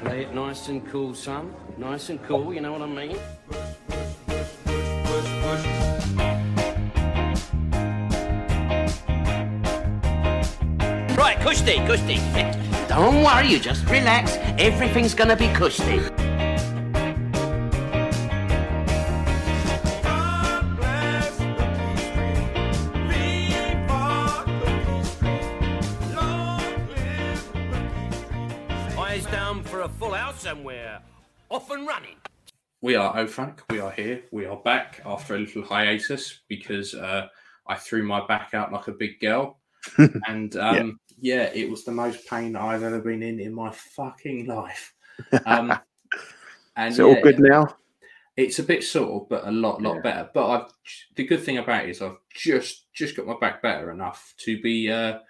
Play it nice and cool, son. Nice and cool, you know what I mean? Right, cushy, cushy. Don't worry, you just relax. Everything's gonna be cushy. Eyes down for a full house somewhere. Off and running. We are O Frank. We are here. We are back after a little hiatus because uh, I threw my back out like a big girl, and um, yeah. it was the most pain I've ever been in in my fucking life. Um, and Is it all yeah, good now? It's a bit sore, but a lot, lot better. But I've the good thing about it is I've just just got my back better enough to be uh,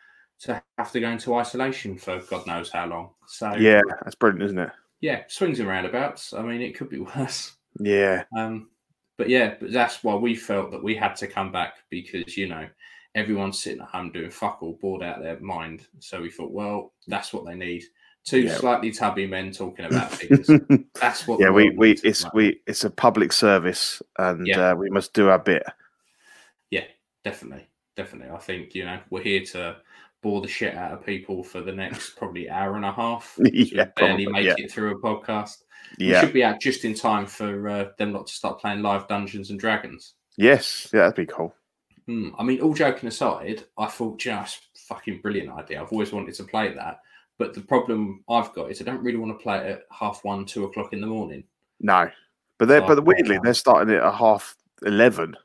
to have to go into isolation for God knows how long. So Yeah, that's brilliant, isn't it? yeah, swings and roundabouts. I mean, it could be worse. Yeah, Um, but yeah, but that's why we felt that we had to come back because you know everyone's sitting at home doing fuck all, bored out of their mind. So we thought, well, that's what they need. Two Yeah. slightly tubby men talking about things. that's what. yeah. the We world we needs at the it's moment. we it's a public service, and Yeah. uh, we must do our bit. definitely, definitely. I think you know we're here to bore the shit out of people for the next probably hour and a half. Yeah, we barely probably, make yeah. it through a podcast. We Yeah. should be out just in time for uh, them not to start playing live Dungeons and Dragons. Yes. Yeah, that'd be cool. Hmm. I mean, all joking aside, I thought just fucking brilliant idea. I've always wanted to play that, but the problem I've got is I don't really want to play it at half one, two o'clock in the morning. No, but they are Oh, but weirdly wow. they're starting it at half eleven,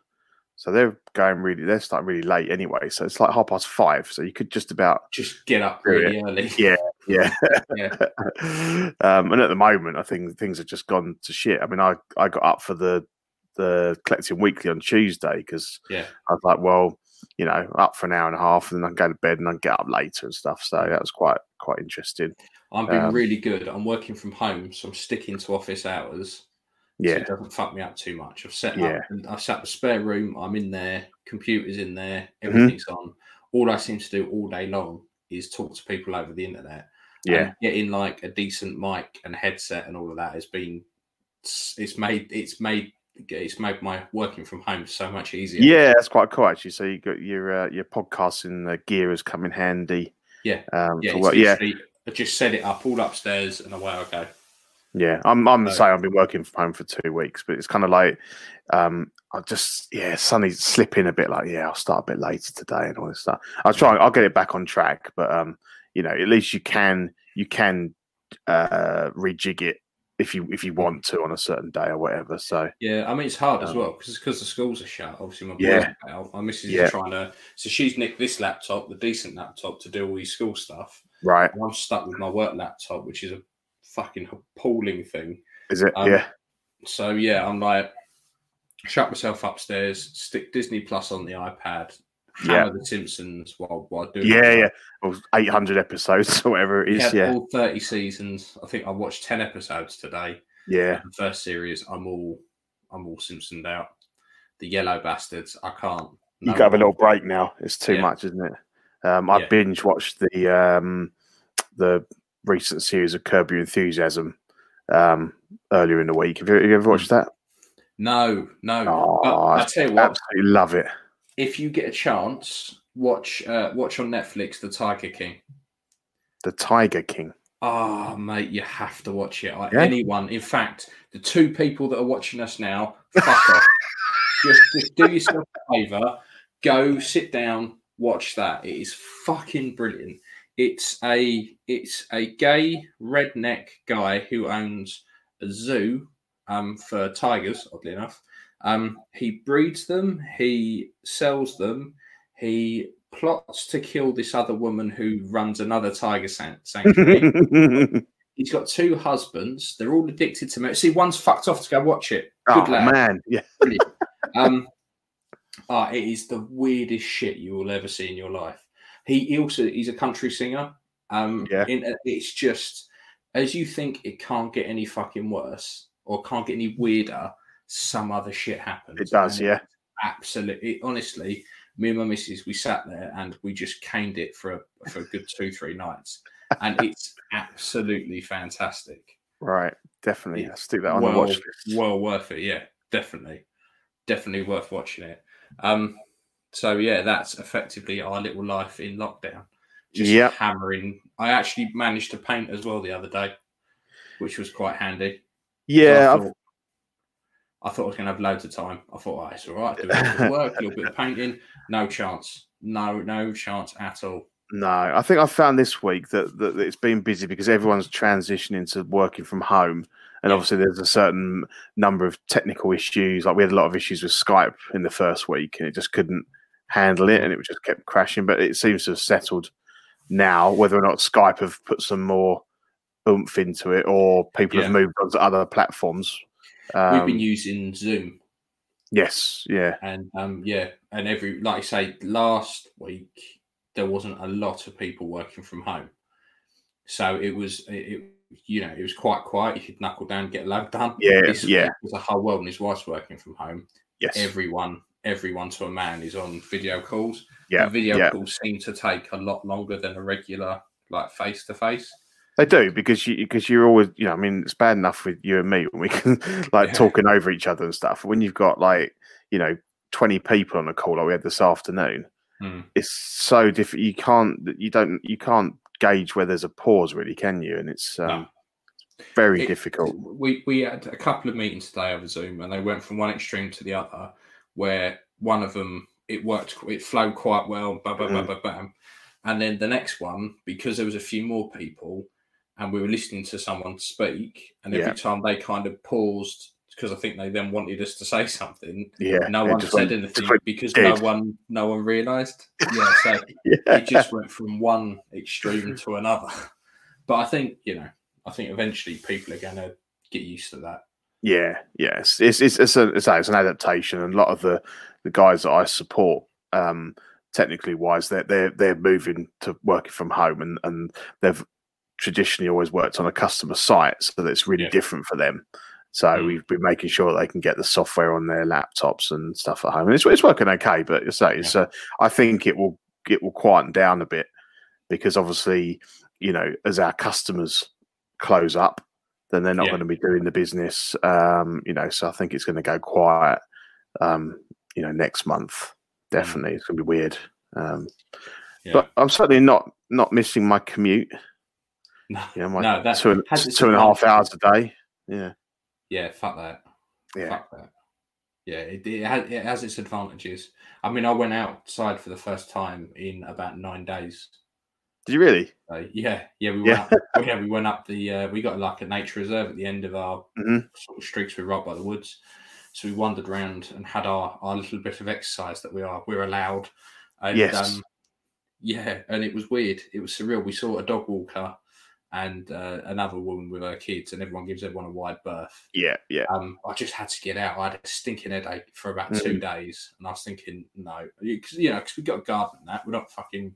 so they're going really they're starting really late anyway. So it's like half past five. So you could just about Just get up Yeah. really early. Yeah. yeah. Yeah. um, and at the moment, I think things have just gone to shit. I mean, I, I got up for the the collecting weekly on Tuesday because Yeah. I was like, well, you know, up for an hour and a half, and then I can go to bed and I can get up later and stuff. So that was quite quite interesting. I'm being Um, really good. I'm working from home, so I'm sticking to office hours. so Yeah, it doesn't fuck me up too much. I've set Yeah. up and I've set the spare room, I'm in there, computers in there, Mm-hmm. everything's on. All I seem to do all day long is talk to people over the internet. yeah, and getting like a decent mic and headset and all of that has been it's it's made it's made it's made my working from home so much easier yeah. That's quite cool actually. So you got your uh, your podcasting uh, gear has come in handy. Yeah. um, yeah, for it's work. yeah, literally- I just set it up all upstairs and away I go. Yeah, I'm I'm the So- same. I've been working from home for two weeks, but it's kind of like um, I just yeah, Sunny's slipping a bit. Like yeah, I'll start a bit later today and all this stuff. I'll try. I'll get it back on track, but um, you know, at least you can you can uh rejig it if you Mm. if you want to on a certain day or whatever. So Yeah, I mean it's hard as Um, well because because the schools are shut. Obviously, my boys Yeah. are out. My missus Yeah. is trying to, so she's nicked this laptop, the decent laptop, to do all these school stuff. right, And I'm stuck with my work laptop, which is a fucking appalling thing. is it? Um, yeah, So yeah, I'm like shut myself upstairs, stick Disney Plus on the iPad, hammer the Simpsons while while doing yeah, it. yeah. Or 800 episodes or whatever it is. Yeah, Yeah, all thirty seasons. I think I watched ten episodes today. yeah, The first series, I'm all I'm all Simpsoned out. The yellow bastards, I can't. you No. can have a little break now. It's too Yeah. much, isn't it? Um, I Yeah. binge watched the um, the recent series of Curb Your Enthusiasm um, earlier in the week. Have you, have you ever watched that? No, no. Oh, But I I tell you what, absolutely love it. if you get a chance, watch uh, watch on Netflix The Tiger King. The Tiger King. Ah, mate, you have to watch it. Like Yeah. anyone, in fact, the two people that are watching us now, fuck off. Just, just do yourself a favor, go sit down, watch that. It is fucking brilliant. It's a it's a gay redneck guy who owns a zoo um, for tigers, oddly enough. Um, he breeds them, he sells them, he plots to kill this other woman who runs another tiger san- sanctuary. oh He's got two husbands. They're all addicted to me. See, one's fucked off to go watch it. Good lad. Oh, man, yeah, Um, ah, it is the weirdest shit you will ever see in your life. He, he also he's a country singer. Um, Yeah. in- it's just as you think it can't get any fucking worse or can't get any weirder. Some other shit happens. it does. And Yeah, absolutely. it- honestly, me and my missus, we sat there and we just caned it for a, for a good two three nights, and it's absolutely fantastic. Right. Definitely. Yeah. Let's do that on well, the watch list. well worth it. Yeah, definitely, definitely worth watching it. Um, so yeah, that's effectively our little life in lockdown. Just Yep. hammering. I actually managed to paint as well the other day, which was quite handy. yeah. I I've- thought, I, thought I was going to have loads of time. I thought, oh, it's all right. Do a little bit of work, a little bit of painting. No chance. No, no chance at all. No, I think I found this week that, that that it's been busy because everyone's transitioning to working from home. And Yeah. obviously, there's a certain number of technical issues. Like we had a lot of issues with Skype in the first week, and it just couldn't handle it, and it just kept crashing. But it seems to have settled now. Whether or not Skype have put some more oomph into it, or people have Yeah. moved on to other platforms. We've Um, been using Zoom yes, yeah, and um yeah and every like i say last week there wasn't a lot of people working from home so it was it, it you know it was quite quiet you could knuckle down get lab done Yeah, This yeah. week was the whole world and his wife's working from home yes, everyone everyone to a man is on video calls yeah, The video yeah. calls seem to take a lot longer than a regular like face to face They do because you because you're always you know I mean it's bad enough with you and me when we can like Yeah. talking over each other and stuff. When you've got like you know twenty people on a call like we had this afternoon, Hmm. it's so different. You can't you don't you can't gauge where there's a pause really, can you? And it's um, very It- difficult. We we had a couple of meetings today over Zoom, and they went from one extreme to the other. Where one of them it worked, qu- it flowed quite well, bam, bam, Mm-hmm. bam, bam, bam, and then the next one because there was a few more people, and we were listening to someone speak, and every Yeah. time they kind of paused because I think they then wanted us to say something. Yeah, No it one just said went- anything went because dead. no one no one realised. Yeah, so yeah. it just went from one extreme to another. But I think you know, I think eventually people are going to get used to that. Yeah, yeah, it's it's it's, it's, a, it's, a- it's an adaptation, and a lot of the the guys that I support, um, technically wise, they're they're they're moving to working from home, and and they've traditionally always worked on a customer site, so that's really Yeah. different for them. So Mm. we've been making sure they can get the software on their laptops and stuff at home, and it's it's working okay. But it's like, it's uh, I think it will it will quieten down a bit because obviously, you know, as our customers close up, then they're not Yeah. going to be doing the business. Um, you know, so I think it's going to go quiet. Um, you know, next month definitely it's going to be weird. Um, Mm. Yeah. But I'm certainly not not missing my commute. no, You know, my No, that two, and- has its two and a half hours advantages. a day. Yeah, yeah, fuck that, yeah, fuck that. Yeah, it, it, has, it has its advantages. I mean, I went outside for the first time in about nine days. did you really? So, yeah, yeah, we went. Yeah. Up, yeah, we went up the. Uh, we got like a nature reserve at the end of our Mhm. sort of streaks. We're right by the woods, so we wandered around and had our our little bit of exercise that we are we're allowed. And, um, Yes. yeah, and it was weird. It was surreal. We saw a dog walker and uh, another woman with her kids, and everyone gives everyone a wide berth. Yeah, yeah, Um, I just had to get out. I had a stinking headache for about two Mm. days, and I was thinking, no, because you know, because we got a garden and that we're not fucking,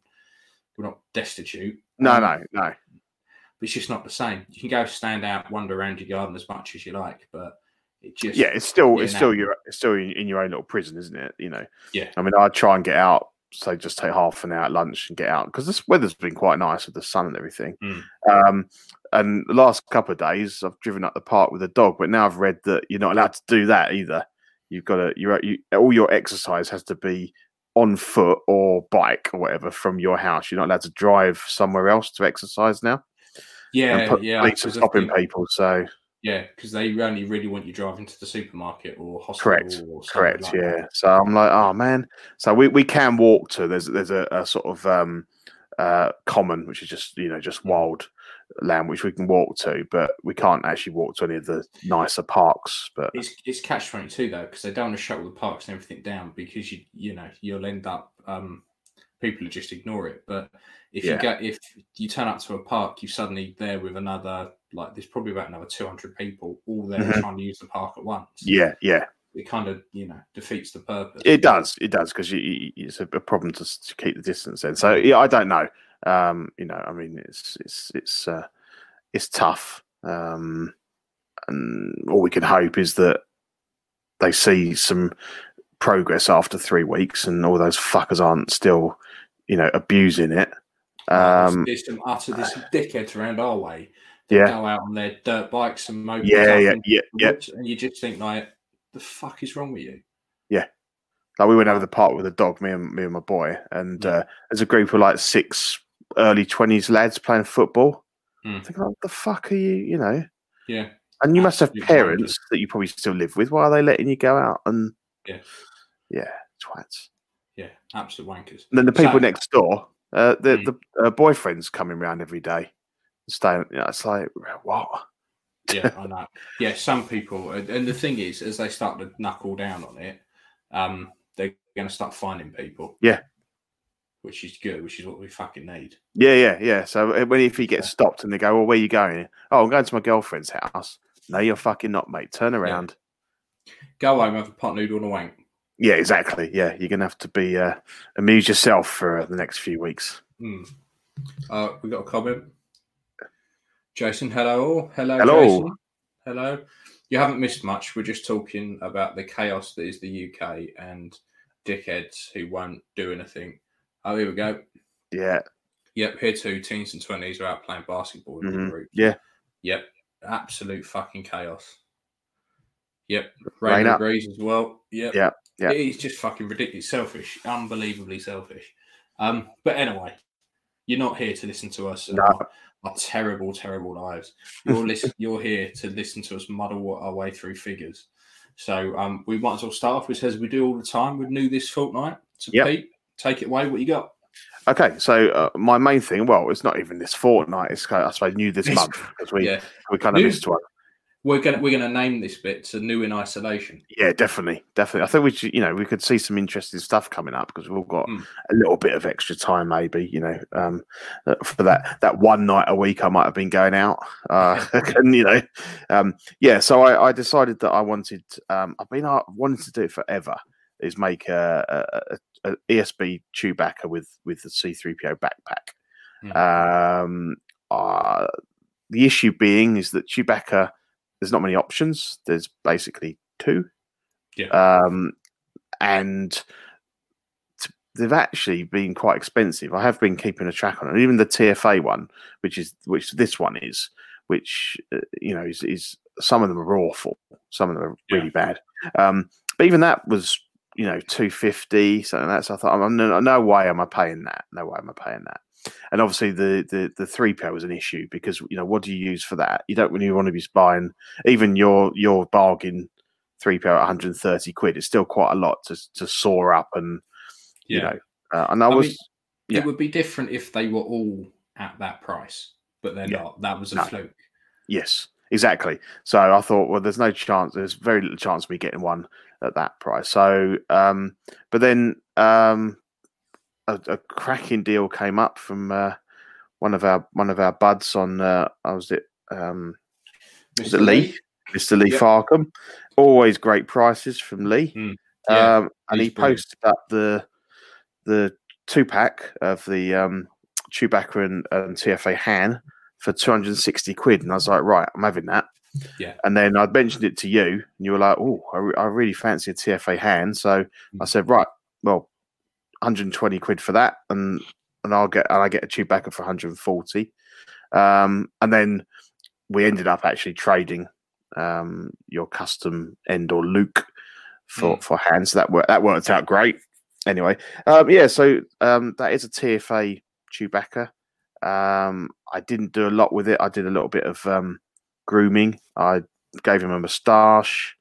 we're not destitute. no, Um, no, no. but it's just not the same. You can go stand out, wander around your garden as much as you like, but it just Yeah, it's still yeah, it's no. still your it's still in, in your own little prison, isn't it? You know. Yeah. I mean, I try and get out, so just take half an hour at lunch and get out because this weather's been quite nice with the sun and everything. Mm. Um, and the last couple of days, I've driven up the park with a dog, but now I've read that you're not allowed to do that either. You've got to you're you, all your exercise has to be on foot or bike or whatever from your house. You're not allowed to drive somewhere else to exercise now. yeah, put- yeah, Police are 'cause I stopping think- people, so yeah, because they only really want you driving to the supermarket or hospital, Correct, or something Correct. like yeah. that. So I'm like, oh man. So we, we can walk to there's there's a, a sort of um uh common which is just you know just wild land which we can walk to, but we can't actually walk to any of the nicer parks. But It's it's catch twenty two though because they don't want to shut all the parks and everything down because you you know you'll end up um, people will just ignore it. But if Yeah. you go if you turn up to a park, you suddenly there with another like there's probably about another two hundred people all there Mhm. trying to use the park at once. yeah, yeah, it kind of you know defeats the purpose. it does, it does because you, you, it's a, a problem to, s- to keep the distance. Then, so yeah, I don't know. Um, you know, I mean, it's it's it's uh, it's tough. Um, and all we can hope is that they see some progress after three weeks and all those fuckers aren't still, you know, abusing it. Like, there's- Um, there's some utter there's some dickheads around our way that Yeah. go out on their dirt bikes and mopeds. Yeah, up yeah, and- yeah, yeah. And you just think like, the fuck is wrong with you? Like we went over the park with a dog, me and me and my boy, and Yeah. uh, there's a group of like six early twenties lads playing football. Hmm. Thinking, what the fuck are you? You know, Yeah. and you must have Absolutely horrendous. parents that you probably still live with. Why are they letting you go out and? Yeah. yeah, twats. Yeah, absolute wankers. And then the So- people next door, uh, the Hmm. the uh, boyfriends coming round every day, staying. You know, it's like what? yeah, I know. Yeah, some people, and and the thing is, as they start to knuckle down on it, um, they're going to start finding people. Yeah. which is good, which is what we fucking need. Yeah, yeah, yeah. So uh, when if he gets Yeah. stopped and they go, "Well, where you going?" Oh, I'm going to my girlfriend's house. No, you're fucking not, mate. Turn around. Go home, have a pot noodle and a wank. Yeah, exactly. Yeah, you're gonna have to be uh, amuse yourself for uh, the next few weeks. Mm. Uh, we got a comment. Jason, hello all. Hello, Hello. Jason. Hello. You haven't missed much. We're just talking about the chaos that is the UK and dickheads who won't do anything. Oh, here we go. Yeah, Yep, here too. Teens and twenties are out playing basketball in the mhm, group. yeah. Yep, absolute fucking chaos. Yep, Rain rain up. agrees as well. Yep, Yeah, yeah. It's just fucking ridiculous, selfish, unbelievably selfish. Um, but anyway, you're not here to listen to us and No. our, our terrible, terrible lives. You're listen, You're here to listen to us muddle our way through figures. So um, we might as well start off with as we do all the time. We knew this fortnight. So Yep. Pete, take it away. What you got? Okay, so uh, my main thing. Well, it's not even this fortnight. It's kind of, I suppose new this This- month because we yeah. we kind of New- missed one. We're gonna we're gonna name this bit to new in isolation. Yeah, definitely, definitely. I think we should, you know, we could see some interesting stuff coming up because we've all got Mm. a little bit of extra time, maybe, you know, um, uh, for that that one night a week I might have been going out, uh, and you know, um, yeah. So I, I decided that I wanted, um, I've been I wanted to do it forever. Is make a, a, a, a ESB Chewbacca with with the C3PO backpack. Um, uh, the issue being is that Chewbacca, there's not many options. There's basically two. Yeah. Um, and t- they've actually been quite expensive. I have been keeping a track on it. Even the TFA one, which is which this one is, which uh, you know is is some of them are awful. Some of them are Yeah. really bad. Um, but even that was you know two fifty something like that. So I thought, I'm no, no way am I paying that. No way am I paying that and obviously the the the three pair was an issue because you know what do you use for that? You don't really want to be buying even your your bargain three pair at 130 quid. It's still quite a lot to to soar up and you know. Uh, and I, I was mean, yeah. It would be different if they were all at that price, but they're Yeah. not. That was a No. fluke. yes, exactly. So I thought, well, there's no chance. There's very little chance of me getting one at that price. So, um, but then um, a, a cracking deal came up from uh, one of our one of our buds on. Uh, I was it. Um, Was it Mr. Lee? Mr. Lee Yep. Farkham. Always great prices from Lee. Mm, yeah, um, and he he's brilliant. posted up the the two pack of the um, Chewbacca and, and TFA Han for 260 quid. And I was like, right, I'm having that. Yeah. And then I mentioned it to you, and you were like, oh, I, re- I really fancy a TFA Han. So Hmm. I said, right, well, 120 quid for that. And and I'll get and I get a Chewbacca for 140. Um, and then we ended up actually trading um, your custom end or Luke for for hands. So that worked that worked out great. Anyway, um, yeah, so um, that is a TFA Chewbacca. Um, I didn't do a lot with it. I did a little bit of um, grooming. I gave him a moustache,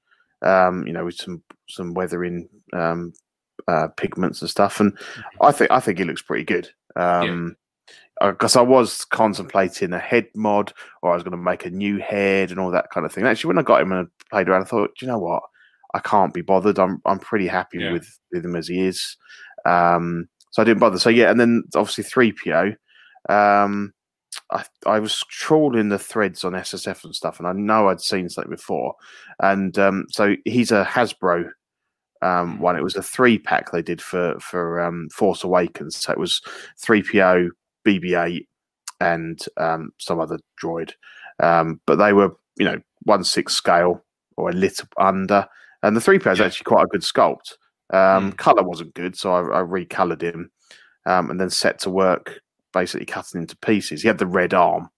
um, you know, with some some weathering um, uh, pigments and stuff. And I think I think he looks pretty good. Um, because I was contemplating a head mod, or I was going to make a new head and all that kind of thing. Actually, when I got him and played around, I thought, do you know what? I can't be bothered. I'm I'm pretty happy Yeah. with with him as he is. Um, so I didn't bother. So yeah, and then obviously three PO. Um, I I was trawling the threads on SSF and stuff, and I know I'd seen something before. And um, so he's a Hasbro um, one. It was a three pack they did for for um, Force Awakens. So it was three PO, BB-8, and um, some other droid. Um, but they were you know one six scale or a little under. And the three PO is Yeah. Mm. actually quite a good sculpt. Um, Color wasn't good, so I, I recolored him, um, and then set to work basically cutting him to pieces. He had the red arm,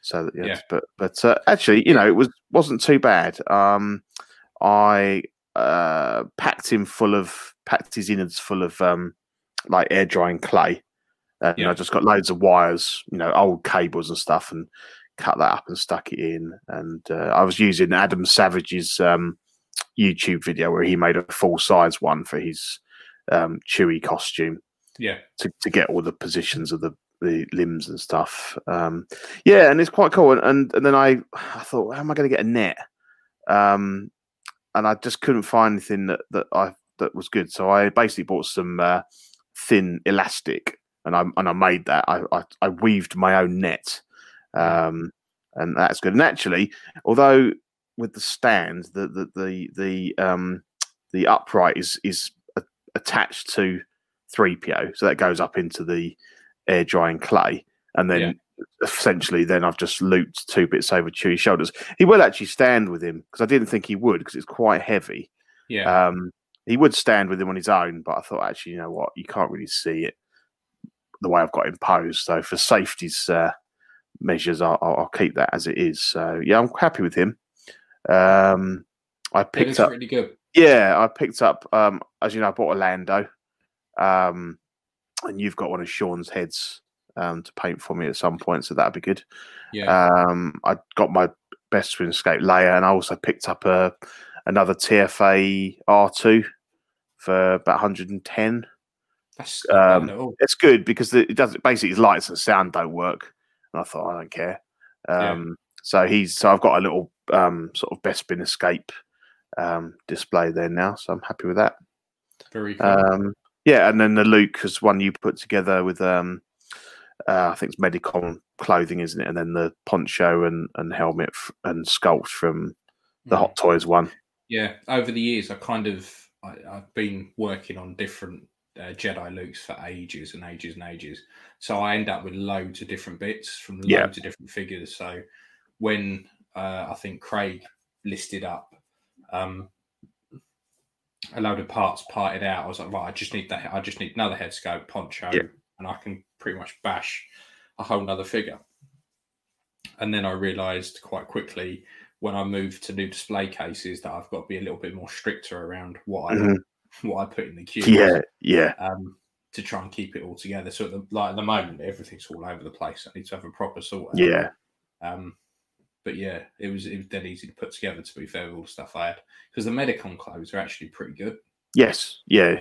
So yeah, Yeah. but but uh, actually, you know, it was wasn't too bad. Um, I uh, packed him full of packed his innards full of um, like air drying clay, and Yeah. I just got loads of wires, you know, old cables and stuff, and cut that up and stuck it in. And uh, I was using Adam Savage's um, YouTube video where he made a full size one for his um, Chewy costume Yeah. to, to get all the positions of the, the limbs and stuff. Um, yeah, and it's quite cool. And, and and then I I thought, how am I going to get a net? Um, and I just couldn't find anything that, that I that was good. So I basically bought some uh, thin elastic, and I and I made that. I I, I weaved my own net, um, and that's good. And actually, although with the stand, the the the the um, the upright is is a- attached to 3PO. So that goes up into the air drying clay. And then Yeah. essentially, then I've just looped two bits over Chewie's shoulders. He will actually stand with him because I didn't think he would because it's quite heavy. Yeah. Um, he would stand with him on his own, but I thought, actually, you know what? You can't really see it the way I've got him posed. So for safety's uh, measures, I'll, I'll I'll keep that as it is. So yeah, I'm happy with him. Um, I It picked looks up. really good. Yeah, I picked up. Um, as you know, I bought a Lando, um, and you've got one of Sean's heads um, to paint for me at some point, so that'd be good. Yeah. Um, I got my best to escape layer, and I also picked up a another TFA R two for about 110. That's not um, bad at all. It's good because the, it doesn't basically his lights and sound don't work, and I thought I don't care. Yeah. Um, So he's so I've got a little um, sort of best bin escape um, display there now, so I'm happy with that. Very cool. Um, yeah, and then the Luke is one you put together with, um, uh, I think it's Medicom clothing, isn't it? And then the poncho and, and helmet f- and sculpt from the Mm. Hot Toys one. Yeah, over the years, I kind of I, I've been working on different uh, Jedi looks for ages and ages and ages. So I end up with loads of different bits from loads Yeah. of different figures. So when uh, I think Craig listed up um, a load of parts parted out, I was like, right, I just need that. I just need another head scope, poncho, Yeah. and I can pretty much bash a whole nother figure. And then I realised quite quickly when I moved to new display cases that I've got to be a little bit more stricter around what I Mhm. what I put in the queue. Yeah, yeah, Um, to try and keep it all together. So at the, like at the moment, everything's all over the place. I need to have a proper sort. out. yeah, Um, but yeah, it was it was dead easy to put together. To be fair, with all the stuff I had because the Medicon clothes are actually pretty good. yes, yeah.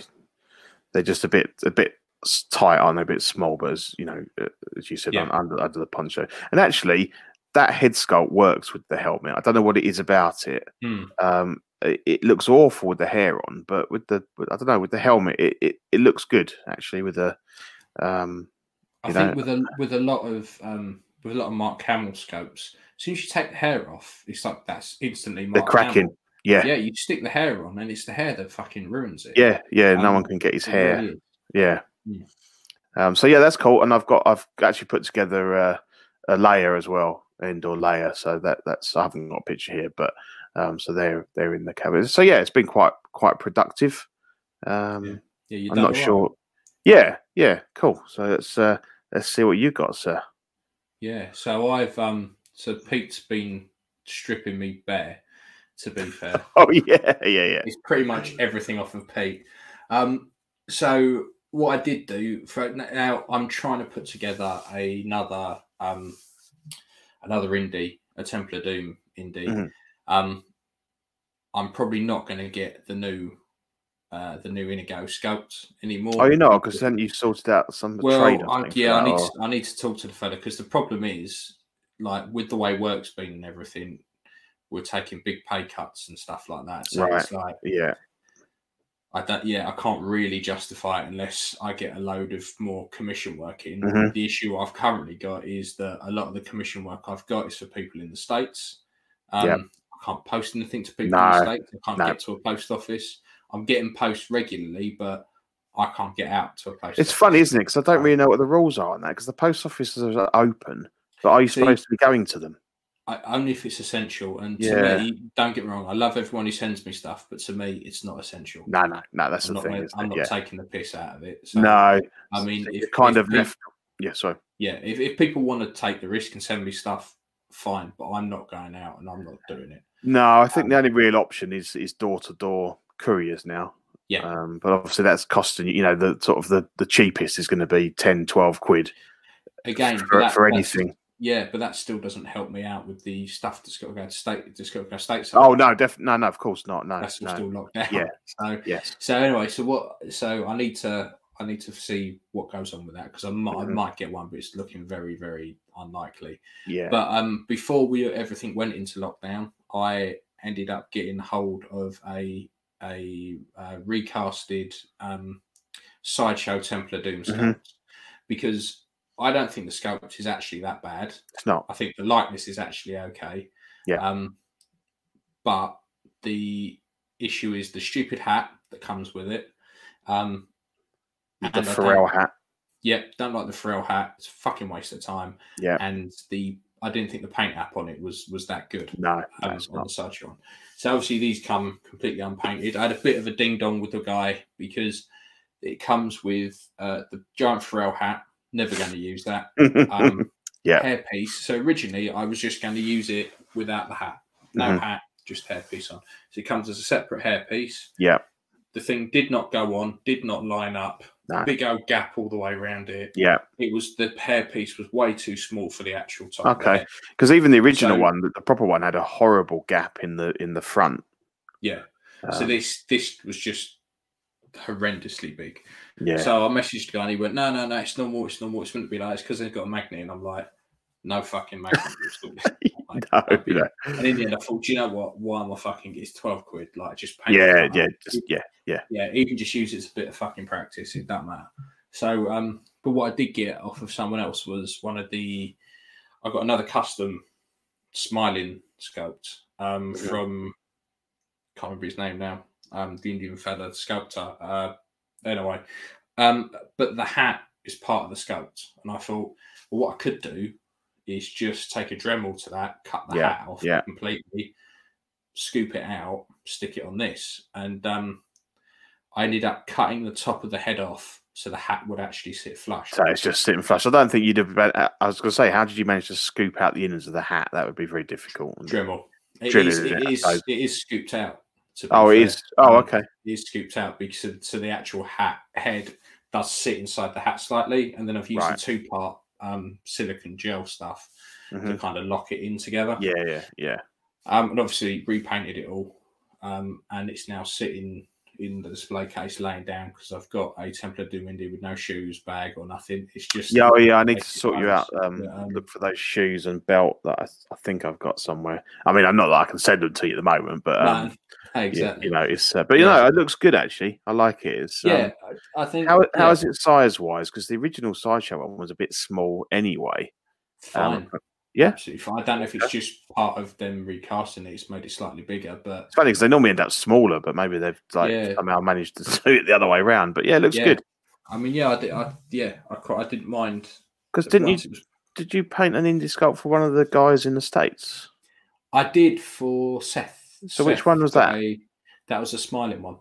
They're just a bit, a bit s- tight, aren't they? A bit small, but as you know, uh, as you said, Yeah. un- under under the poncho. And actually, that head sculpt works with the helmet. I don't know what it is about it. Hmm. um it, it looks awful with the hair on but with the with, i don't know with the helmet it, it, it looks good actually with the um I You think know- with a with a lot of um, with a lot of Mark Hamill scopes, as soon as you take the hair off, it's like that's instantly Mark the cracking Hamill. yeah Yeah, you stick the hair on, and it's the hair that fucking ruins it. yeah yeah no Um, one can get his It hair really is. yeah Yeah. um so yeah that's cool and i've got i've actually put together a, a layer as well indoor layer so that that's i haven't got a picture here but um so they're they're in the cabinet so yeah it's been quite quite productive um Yeah, you've i'm done not all right. sure yeah yeah cool so let's uh let's see what you got sir Yeah, so I've um, so Pete's been stripping me bare. To be fair, oh yeah yeah yeah it's pretty much everything off of Pete. Um, so what I did do for now, I'm trying to put together another um, another indie, a Templar Doom indie. Mhm. Um, I'm probably not going to get the new uh, the new Inigo sculpt anymore. Oh, you know, because then you sorted out some of the Well, trade. I, think, for yeah, I that, Oh, need or- to, I need to talk to the fella because the problem is, like with the way work's been and everything, we're taking big pay cuts and stuff like that. So it's like yeah, I don't, yeah, I can't really justify it unless I get a load of more commission work in. Mhm. The issue I've currently got is that a lot of the commission work I've got is for people in the states. Um, Yep. I can't post anything to people in the No, states. I can't no. get to a post office. I'm getting posts regularly, but I can't get out to a post. it's office. funny, isn't it? Because I uh, don't really know what the rules are on that. Because the post offices are open, but are you See- supposed to be going to them? I, only if it's essential. And to Yeah. me, don't get me wrong, I love everyone who sends me stuff, but to me, it's not essential. No, no, no. That's I'm the not, thing. gonna- isn't I'm it? not yeah. taking the piss out of it. So, no, I mean, so if you're kind if of peop- left. Yeah, sorry. yeah, if, if people want to take the risk and send me stuff, fine, but I'm not going out and I'm not doing it. No, I think the only real option is is door to door couriers now. Yeah. Um, but obviously that's costing you, you know, the sort of the, the cheapest is going to be 10, 12 quid Again, for, that- for that's- anything. yeah, but that still doesn't help me out with the stuff that's got to go to state. That's got to go state. Oh, no, def- no, no, of course not. No, that's all Oh, no. still locked down. Yeah. So yes. so anyway, so what? So I need to I need to see what goes on with that because I might I Mhm. might get one, but it's looking very very unlikely. Yeah. But um, before we everything went into lockdown, I ended up getting hold of a a uh, recasted um, sideshow Templar Doom sculpt because I don't think the sculpt is actually that bad. it's not. I think the likeness is actually okay. Yeah. Um, but the issue is the stupid hat that comes with it. Um, The and I don't- Pharrell hat. Yep, don't like the frill hat. It's a fucking waste of time. Yeah. And the I didn't think the paint app on it was was that good No, no, um, it's on not. the Sachion. So obviously these come completely unpainted. I had a bit of a ding dong with the guy because it comes with uh, the giant frill hat. Never going to use that um, Yeah. hairpiece. So originally, I was just going to use it without the hat, no Mhm. hat, just hairpiece on. So it comes as a separate hairpiece. yeah. The thing did not go on, did not line up. No. Big old gap all the way around it. Yeah. It was the hairpiece was way too small for the actual top. of Okay. it. Because even the original So- one, the, the proper one, had a horrible gap in the in the front. Yeah. so Um, this this was just horrendously big. yeah. So I messaged the guy and he went, No, no, no, it's normal, it's normal, it's wouldn't be like it's because they've got a magnet. And I'm like, No fucking magnet. will sort this out, mate." no, That'd be- no. And in the end, I thought, do you know what? Why am I fucking? It's twelve quid. Like, just pay. Yeah, it. yeah, just yeah. yeah. Even just use it as a bit of fucking practice. It don't matter. So, um, but what I did get off of someone else was one of the. I got another custom smiling sculpt um, Mhm. from. Can't remember his name now. Um, the Indian fella sculptor. Uh, anyway, um, but the hat is part of the sculpt, and I thought, well, what I could do is just take a Dremel to that, cut the Yeah, hat off yeah. completely, scoop it out, stick it on this, and um, I ended up cutting the top of the head off so the hat would actually sit flush. So it's just sitting flush. I don't think you'd have. been- I was going to say, how did you manage to scoop out the innards of the hat? That would be very difficult. Dremel. It Drilling is, it it, out, is, so- it is scooped out. to be Oh, it fair. is. Oh, Um, okay. It is scooped out because of- so the actual hat head does sit inside the hat slightly, and then I've used Right. the two part um, silicon gel stuff to Mhm. kind of lock it in together. Yeah, yeah, yeah. Um, and obviously repainted it all, um, and it's now sitting in the display case, laying down because I've got a Templar Doomindy with no shoes, bag, or nothing. It's just Yeah, oh, yeah. I need to Makes it sort you nice, out. Um, but, um, look for those shoes and belt that I, I think I've got somewhere. I mean, I'm not that I can send them to you at the moment, but um, No, yeah, exactly. you know, it's. Uh, but you Yeah. know, it looks good actually. I like it. It's, um, yeah, I I think How how yeah, is it size wise? Because the original sideshow one was a bit small anyway. um, fine. yeah. absolutely fine. I don't know if it's just part of them recasting it; it's made it slightly bigger, but It's funny because they normally end up smaller, but maybe they've like Yeah. somehow managed to do it the other way around. But yeah, it looks Yeah. good. I mean, yeah, I did. I, yeah, I quite, I didn't mind. Because the didn't you ones it was- did you paint an indie sculpt for one of the guys in the states? I did for Seth. So which Seth one was got that? a- that was a smiling one.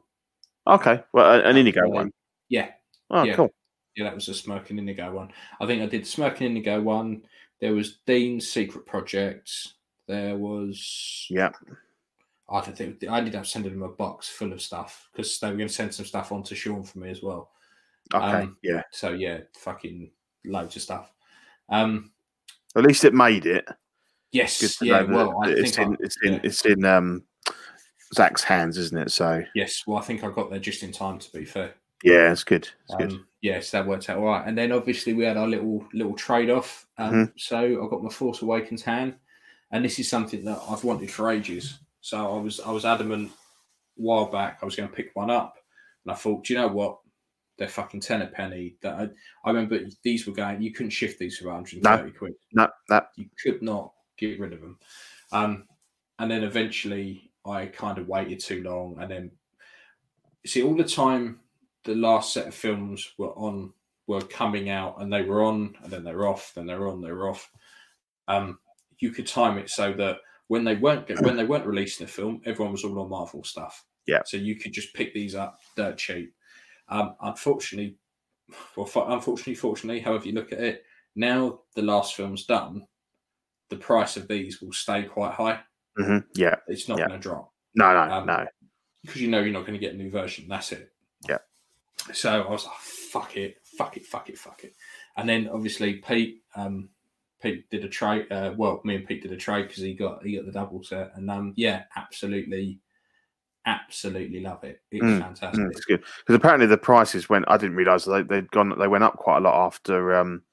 Okay, well, a- an indigo Absolutely. one. Yeah. Oh, Yeah. cool. Yeah, that was a Smirking Indigo one. I think I did Smirking Indigo one. There was Dean's Secret Projects. There was Yeah. I don't think I ended up sending him a box full of stuff because they were going to send some stuff on to Sean for me as well. Okay. Um, yeah. So yeah, fucking loads of stuff. Um, At least it made it. Good yes, to yeah. know that Well, I it's think I, in it's in yeah. it's in um Zach's hands, isn't it? So yes, well, I think I got there just in time. To be fair. yeah, it's good. It's good. Um, yes, that worked out all right. And then obviously we had our little little trade off. Um, Mm-hmm. So I got my Force Awakens hand, and this is something that I've wanted for ages. So I was I was adamant a while back I was going to pick one up, and I thought, do you know what? They're fucking ten a penny. That I, I remember these were going. You couldn't shift these for 130 quid. No, that You could not get rid of them. Um, and then eventually I kind of waited too long. And then, see, all the time the last set of films were on, were coming out, and they were on, and then they were off, then they were on, they were off. Um, you could time it so that when they weren't when they weren't releasing a film, everyone was all on Marvel stuff. Yeah. So you could just pick these up dirt cheap. Um, unfortunately, well, fu- unfortunately, fortunately, however you look at it, now the last film's done, the price of these will stay quite high. hmm Yeah. It's not Yeah. going to drop No, no, Um, no. because you know you're not going to get a new version. That's it. Yeah. So I was like, fuck it, fuck it, fuck it, fuck it. And then obviously Pete, um, Pete did a trade. Uh, well, me and Pete did a trade because he got he got the double set, and um, yeah, absolutely, absolutely love it. It's Mm, fantastic. Mm, it's good because apparently the prices went. I didn't realize they, they'd gone. They went up quite a lot after um,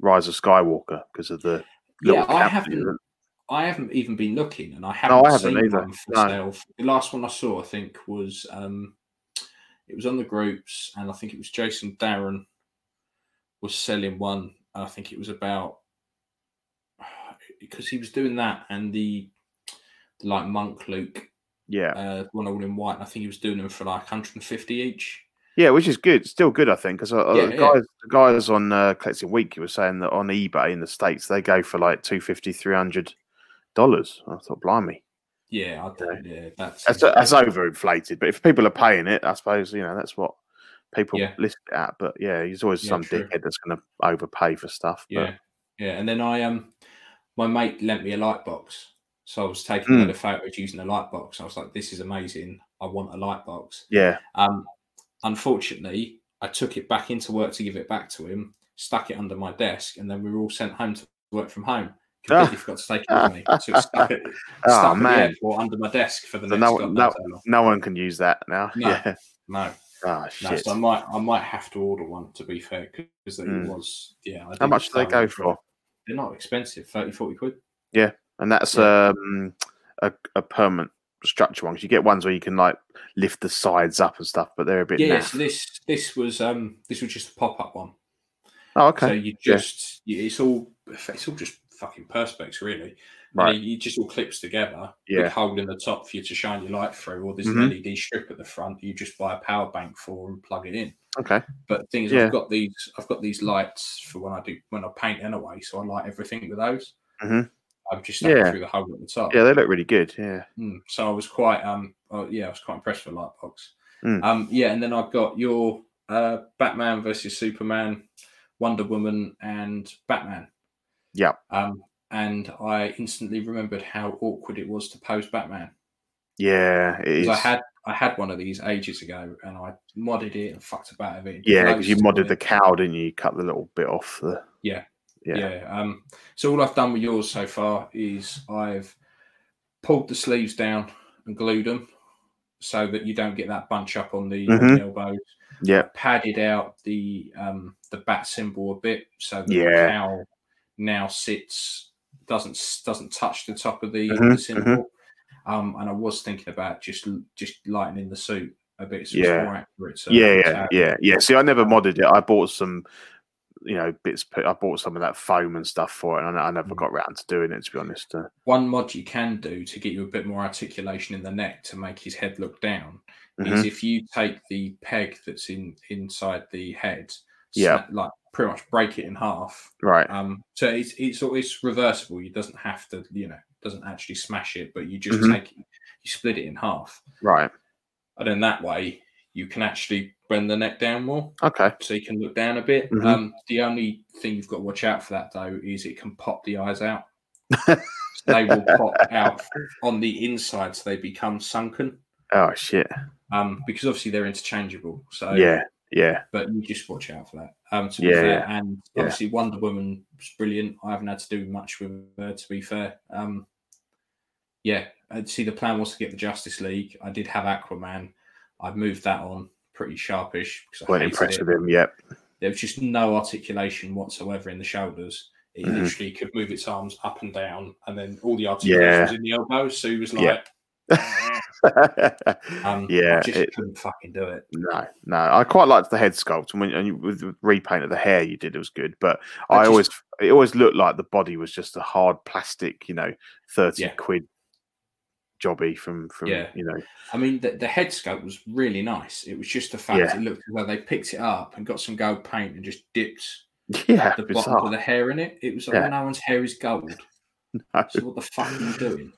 Rise of Skywalker because of the little. Yeah, I campaign. haven't. I haven't even been looking, and I haven't, I haven't seen either. one for No. sale. The last one I saw, I think, was um, it was on the groups, and I think it was Jason Darren was selling one. And I think it was about because he was doing that and the, the like monk Luke Yeah, uh, one all in white. And I think he was doing them for like 150 each. yeah, which is good. Still good, I think, because uh, Yeah, the yeah. guys, the guys on uh, Collecting Week, you were saying that on eBay in the states they go for like 250 300 dollars. I thought, blimey, Yeah, I don't, yeah, that's that's, uh, that's overinflated. But if people are paying it, I suppose you know that's what people Yeah. list it at. But yeah, there's always Yeah, some true. dickhead that's going to overpay for stuff. But, Yeah, yeah. And then I um, my mate lent me a light box, so I was taking a Mm. lot of photos using the light box. I was like, "This is amazing! I want a light box." yeah, Um, unfortunately, I took it back into work to give it back to him, stuck it under my desk, and then we were all sent home to work from home. Completely forgot to take it with me, so it's stuck, it, Ah. Oh, stuck man. at the airport under my desk for the So next. no- goddamn no- so long. no one can use that now. No. Yeah. no, Oh no, shit. so I might, I might have to order one to be fair because it Mm. was, yeah. I How didn't much do they find go it. for? They're not expensive, 30, 40 quid. And that's um a, a permanent structure one. 'cause you get ones where you can like lift the sides up and stuff, but they're a bit. yeah, Yeah. so this this was um this was just a pop up one. So Oh, okay. you Yeah. just you, it's all it's all just fucking perspex really. Right. You, you just all clips together. Yeah. Mm-hmm. Big hole in the top for you to shine your light through, or there's an LED strip at the front. You just buy a power bank for and plug it in. Okay. But the thing is, Yeah. I've got these I've got these lights for when I do when I paint anyway, so I light everything with those. Mhm. I've just stuck it Yeah. through the hole at the top. Yeah, they look really good. Yeah. Mm, so I was quite um oh, yeah, I was quite impressed with Lightbox. Mm. Um yeah, and then I've got your uh Batman versus Superman, Wonder Woman and Batman. Yeah. Um and I instantly remembered how awkward it was to pose Batman. Yeah. It 'Cause is. I had I had one of these ages ago and I modded it and fucked about it. yeah, because you Loads modded of the it. cow, didn't you? You cut the little bit off the. yeah. Yeah. Um so all I've done with yours so far is I've pulled the sleeves down and glued them so that you don't get that bunch up on the, on Mm-hmm. the elbows. Yeah. padded out the um the bat symbol a bit so that Yeah. the cow now sits doesn't s- doesn't touch the top of the, Mhm, the symbol. Um, and I was thinking about just l- just lightening the suit a bit so Yeah. it's more accurate. So yeah, so- yeah, yeah, yeah. See, I never modded it. I bought some, you know, bits. I bought some of that foam and stuff for it, and I, I never Mm. got round to doing it. To be honest, uh, One mod you can do to get you a bit more articulation in the neck to make his head look down mhm. is if you take the peg that's in inside the head, Yeah. snap- like pretty much break it in half right. Um, so it's it's it's reversible. You doesn't have to, you know, doesn't actually smash it, but you just Mhm. take it, you split it in half, Right. and then that way you can actually bend the neck down more, Okay. so you can look down a bit. Mhm. Um, the only thing you've got to watch out for that though is it can pop the eyes out. So they will pop out on the inside, so they become sunken. Oh shit. Um, because obviously they're interchangeable. So Yeah. Yeah. but you just watch out for that. Um, to be Yeah, fair, and yeah. obviously Wonder Woman was brilliant. I haven't had to do much with her, to be fair. Um, yeah, I'd see the plan was to get the Justice League. I did have Aquaman. I moved that on pretty sharpish because I Weren't hated impressed it. with him. Yep. There was just no articulation whatsoever in the shoulders. It Mhm. literally could move its arms up and down, and then all the articulation Yeah. was in the elbows. So he was like, Yeah. um, yeah. I just it- couldn't fucking do it. no. No. I quite liked the head sculpt, and when and you, with the repaint of the hair you did, it was good. But I I, just- always, it always looked like the body was just a hard plastic, you know, thirty Yeah. quid jobby from from Yeah. you know. I mean, the, the head sculpt was really nice. It was just the fact Yeah. it looked as though they picked it up and got some gold paint and just dipped Yeah. the bottom of Bizarre. the hair in it. It was like, Yeah. well, no one's hair is gold. So what the fuck are you doing?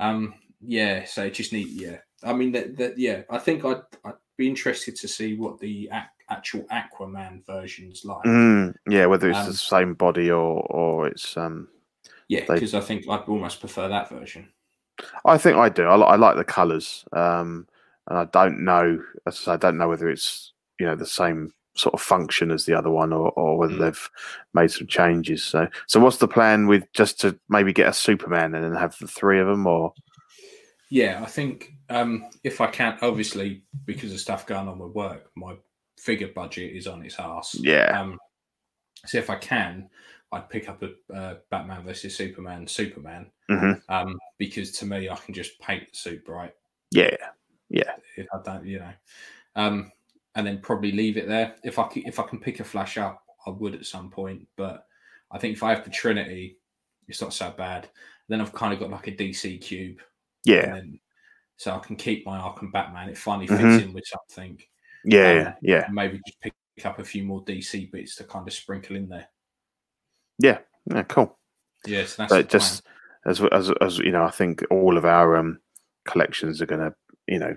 Um, yeah. So it just need, yeah. I mean, that, that yeah. I think I'd, I'd be interested to see what the ac- actual Aquaman version's like. Mm, yeah, whether it's Um, the same body or or it's um Yeah, They- because I think I'd almost prefer that version. I think I do. I, li- I like the colours, um, and I don't know. As I, say, I don't know whether it's you know the same sort of function as the other one, or, or whether Mm. they've made some changes. So, so what's the plan with just to maybe get a Superman and then have the three of them, or Yeah, I think um, if I can, obviously because of stuff going on with work, my figure budget is on its ass. yeah, Um, so if I can, I'd pick up a uh, Batman versus Superman, Superman, Mhm. um, because to me, I can just paint the suit bright. yeah, If I don't, you know, um, and then probably leave it there. If I c- if I can pick a flash up, I would at some point. But I think if I have the Trinity, it's not so bad. Then I've kind of got like a DC cube yeah, and then, so I can keep my Arkham Batman. It finally fits Mhm. in with something. yeah, um, yeah, Maybe just pick up a few more DC bits to kind of sprinkle in there. yeah, cool. Yeah, so that's So the it just as w- as as you know, I think all of our um, collections are going to you know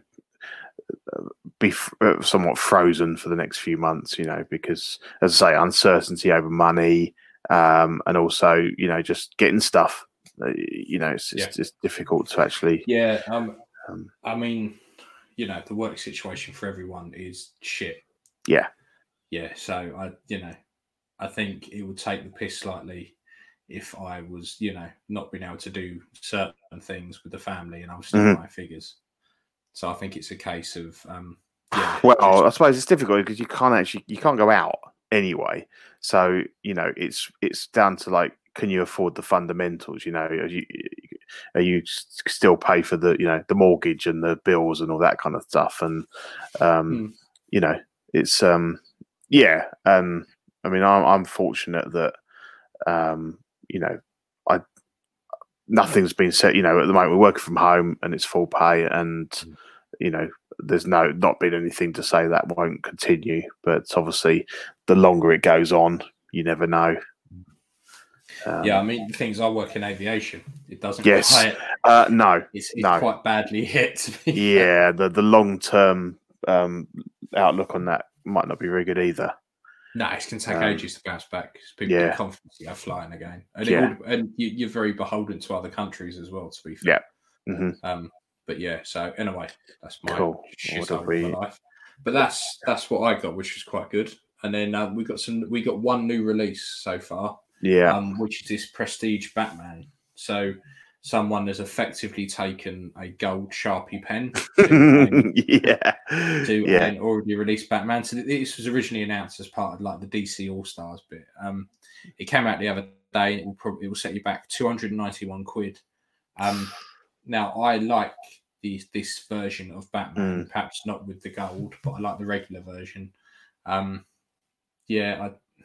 be f- uh, somewhat frozen for the next few months. You know, because as I say, uncertainty over money, um, and also you know just getting stuff. uh, You know, it's it's, it's difficult to actually. plan. yeah. Um, Um, I mean, you know, the work situation for everyone is shit. Yeah. yeah. So I, you know, I think it would take the piss slightly if I was, you know, not being able to do certain things with the family and I was still Mhm. my figures. So I think it's a case of, um, yeah. just- Well, I suppose it's difficult because you can't actually you can't go out anyway. So you know, it's it's down to like, can you afford the fundamentals? You know, are you are you s- still pay for the you know the mortgage and the bills and all that kind of stuff? And um, you know, it's um, yeah. Um, I mean, I'm I'm fortunate that um, you know, I nothing's been set. You know, at the moment we're working from home and it's full pay, and you know, there's no not been anything to say that won't continue. But obviously, the longer it goes on, you never know. Um, Yeah, I mean, the things I work in aviation, it doesn't. Yes. quite- Uh, no. it's, it's No. quite badly hit. To be fair. Yeah. The the long term um, outlook on that might not be very good either. no, it can take Um, ages to bounce back because people yeah. get confidence you have flying again, and, Yeah. it would, and you, you're very beholden to other countries as well. To be fair, Yeah. Mhm. Um, but yeah, so anyway, that's my Cool. shit What have of we- my life. But that's that's what I got, which was quite good. And then uh, we got some, we got one new release so far, Yeah. um, which is this Prestige Batman. So someone has effectively taken a gold Sharpie pen. to a yeah. to Yeah. an already released Batman. So th- this was originally announced as part of like the DC All Stars bit. Um, it came out the other day. and It will probably it will set you back 291 quid. Um, now I like the this version of Mm. Batman, perhaps not with the gold, but I like the regular version. Um, yeah, I,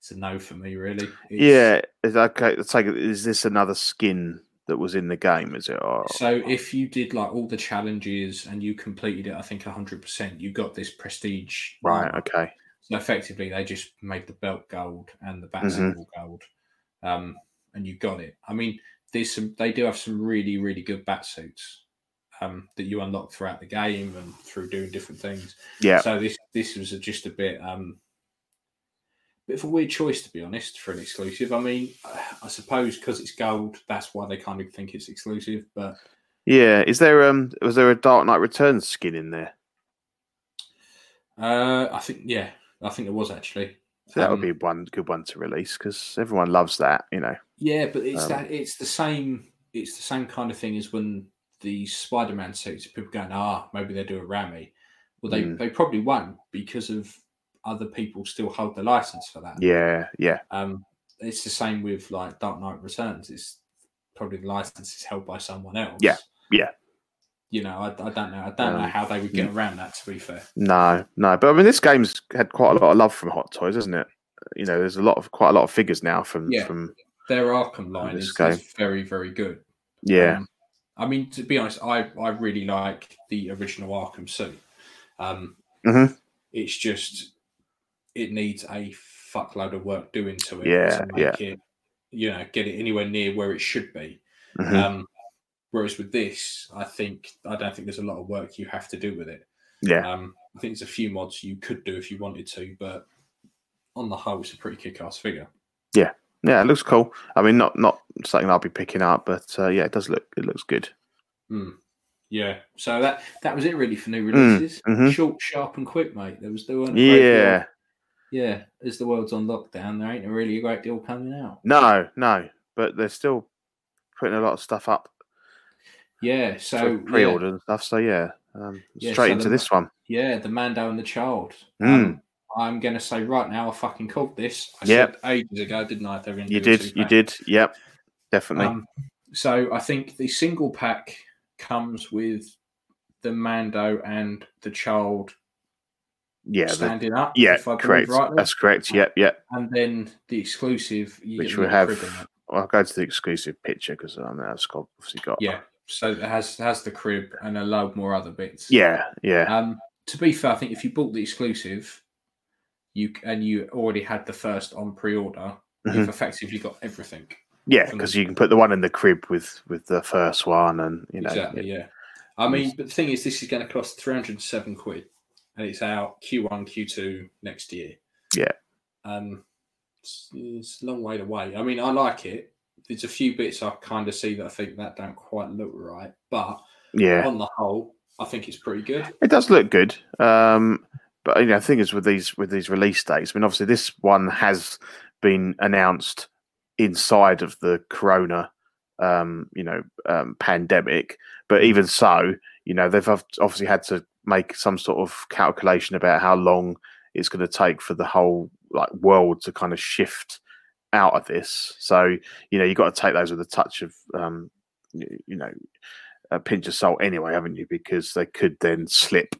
it's a no for me really. It's- Yeah. Is okay. Let's take it. Is this another skin that was in the game? Is it? Oh, Or, So if you did like all the challenges and you completed it, I think 100%, you got this prestige right. armor. Okay. So effectively, they just made the belt gold and the bat Mhm. symbol gold, um, and you got it. I mean, there's some. They do have some really, really good bat suits um, that you unlock throughout the game and through doing different things. Yeah. So this this was just a bit um, bit of a weird choice to be honest for an exclusive. I mean, I suppose because it's gold, that's why they kind of think it's exclusive. But Yeah. Is there um? Was there a Dark Knight Returns skin in there? uh, I think yeah, I think there was actually. So that would Um, be one good one to release because everyone loves that, you know. Yeah, but it's Um, that it's the same it's the same kind of thing as when the Spider Man suits people going, ah, maybe they'll do a Rami. Well they, Mm. they probably won't because of other people still hold the license for that. Yeah, yeah, Um it's the same with like Dark Knight Returns. It's probably the license is held by someone else. Yeah, yeah. You know, I, I don't know. I don't know Um, how they would get around that. To be fair, no, no. But I mean, this game's had quite a lot of love from Hot Toys, isn't it? You know, there's a lot of quite a lot of figures now from Yeah. from their Arkham line this is, game. is very, very good. yeah, Um, I mean, to be honest, I, I really like the original Arkham suit. Um, Mhm. It's just, it needs a fuckload of work doing to it Yeah, to make it, you know, get it anywhere near where it should be. mhm, Um, whereas with this, I think, I don't think there's a lot of work you have to do with it. yeah, Um, I think there's a few mods you could do if you wanted to, but on the whole, it's a pretty kick ass figure. Yeah. Yeah, it looks cool. I mean, not not something I'll be picking up, but uh, yeah, it does look it looks good. Hmm. Yeah. So that that was it really for new releases. mhm. Short, sharp, and quick, mate. There was there weren't a great deal. Yeah, Yeah. As the world's on lockdown, there ain't really a great deal coming out. no, no, but they're still putting a lot of stuff up Yeah. So for pre-order and stuff. So yeah, um, Yeah, straight so into the- this one. Yeah, the Mando and the Child. Mm. Um, I'm going to say right now, I fucking called this. I Yep. said ages ago, didn't I? They're gonna You do a did, you two-pack. did. Yep, definitely. Um, so I think the single pack comes with the Mando and the Child yeah, the- standing up. yeah, if I believe correct. rightly. That's correct. Yep, yep. and then the exclusive, you Which get we the have. crib in it. I'll go to the exclusive picture because I mean, that's got, obviously got. Yeah. So it has has the crib and a load more other bits. yeah, yeah. Um, to be fair, I think if you bought the exclusive, you c- and you already had the first on pre-order, Mhm. you've effectively got everything. Yeah, from- because you can put the one in the crib with with the first one, and you know, exactly. yeah. Yeah. I mean, but the thing is, this is going to cost three hundred and seven quid, and it's out Q one, Q two next year. Yeah. Um, it's, it's a long way to wait. I mean, I like it. There's a few bits I kind of see that I think that don't quite look right, but yeah. on the whole, I think it's pretty good. it does look good. Um, but you know, the thing is with these with these release dates. I mean, obviously, this one has been announced inside of the Corona, um, you know, um, pandemic. But even so, you know, they've ob- obviously had to make some sort of calculation about how long it's going to take for the whole like world to kind of shift out of this. So you know, you've got to take those with a touch of um, y- you know a pinch of salt anyway, haven't you? Because they could then slip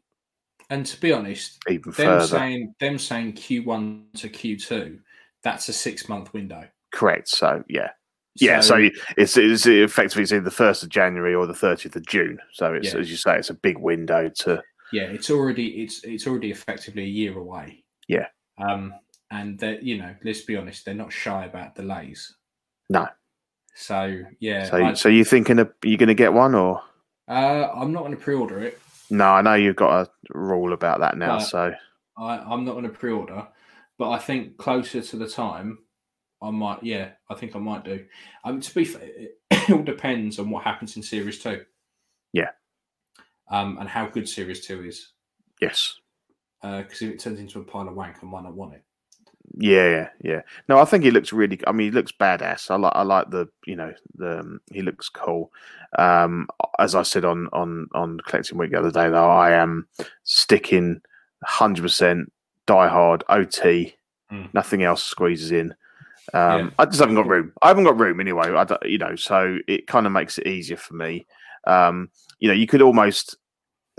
And to be honest, them even further. saying them saying Q one to Q two, that's a six month window. Correct. So yeah, yeah. So, it's, it's effectively it's either the first of January or the thirtieth of June. So it's Yeah. as you say, it's a big window to. yeah, it's already it's it's already effectively a year away. Yeah. Um, and that you know, let's be honest, they're not shy about delays. No. So yeah, so I, so you thinking of, you're going to get one or uh, I'm not going to pre-order it. no? I know you've got a rule about that now. No. So I, I'm not going to pre-order, but I think closer to the time, I might. Yeah, I think I might do. Um, to be fair, it all depends on what happens in series two. Yeah. Um, and how good series two is, yes, because if it turns into a pile of wank, I might not want it. Yeah, yeah, yeah. No, I think he looks really. I mean, he looks badass. I like. I like the. You know, the um, he looks cool. Um, as I said on on on collecting week the other day, though, I am sticking hundred percent die hard OT. Mm. Nothing else squeezes in. Yeah. Um, I just haven't got room. I haven't got room anyway. I don't, you know, so it kind of makes it easier for me. Um, you know, you could almost.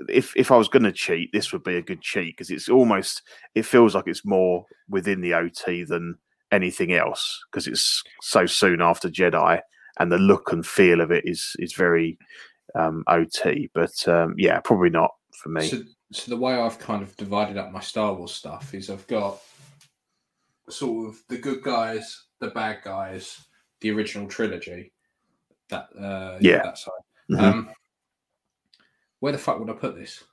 If, if I was going to cheat, this would be a good cheat because it's almost it feels like it's more within the OT than anything else because it's so soon after Jedi, and the look and feel of it is is very um, OT. But um, yeah, probably not for me. So, so the way I've kind of divided up my Star Wars stuff is I've got sort of the good guys, the bad guys, the original trilogy. That uh, Yeah. that side. Mhm. Um, where the fuck would I put this?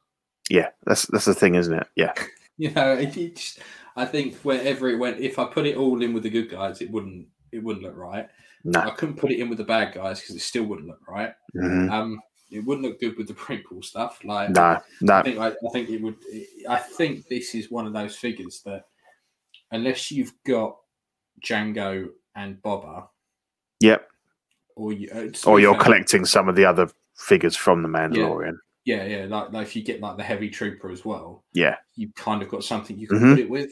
yeah, that's that's the thing, isn't it? Yeah, You know, it, it just, I think wherever it went, if I put it all in with the good guys, it wouldn't it wouldn't look right. no. I couldn't put it in with the bad guys because it still wouldn't look right. Mhm. Um, it wouldn't look good with the prequel stuff. Like No, I no, think I, I think it would. I think this is one of those figures that, unless you've got Django and Boba, yep. or you, uh, to Or be you're fair, collecting some of the other figures from the Mandalorian. yeah, yeah, like, like if you get like the heavy trooper as well, Yeah. you kind of got something you can Mhm. put it with.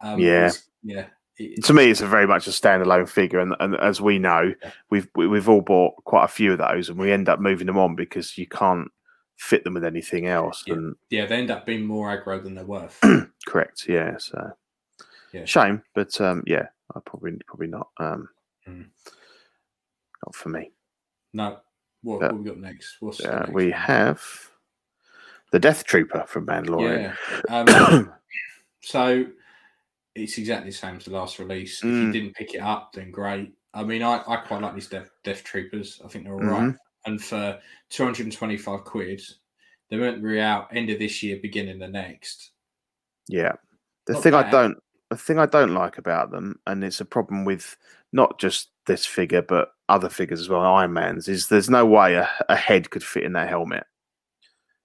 Um, Yeah. it's- yeah, it, to me, it's a very much a standalone figure, and, and as we know, Yeah. we've we- we've all bought quite a few of those, and we end up moving them on because you can't fit them with anything else. Yeah. And yeah, they end up being more aggro than they're worth. correct, yeah. So Yeah. shame, but um, yeah, I probably probably not um, Mm. not for me. no, what, Yeah. what we got next? What's the Uh, next we one? have the Death Trooper from Mandalorian. Yeah. Um, so it's exactly the same as the last release. If Mm. you didn't pick it up, then great. I mean, I, I quite like these Death, Death Troopers. I think they're all right. Mm-hmm. And for 225 quid, they weren't really out end of this year, beginning the next. Yeah. The Not thing I bad. don't the thing I don't like about them, and it's a problem with not just this figure, but other figures as well, Iron Man's, is there's no way a, a head could fit in that helmet.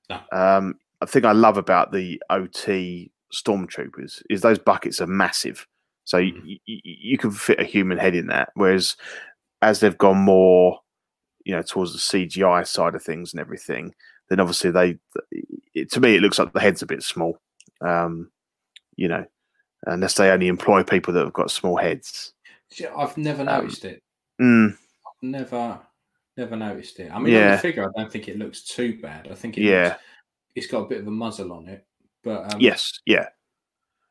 No. Um, I think I love about the OT stormtroopers is those buckets are massive, so y- y- y- you can fit a human head in that. Whereas as they've gone more, you know, towards the CGI side of things and everything, then obviously they, it, to me, it looks like the head's a bit small. Um, you know, unless they only employ people that have got small heads. See, I've never Um, noticed it. Mm, Never, never noticed it. I mean, on Yeah. the figure, I don't think it looks too bad. I think it Yeah. looks- it's got a bit of a muzzle on it, but um, yes, yeah. I and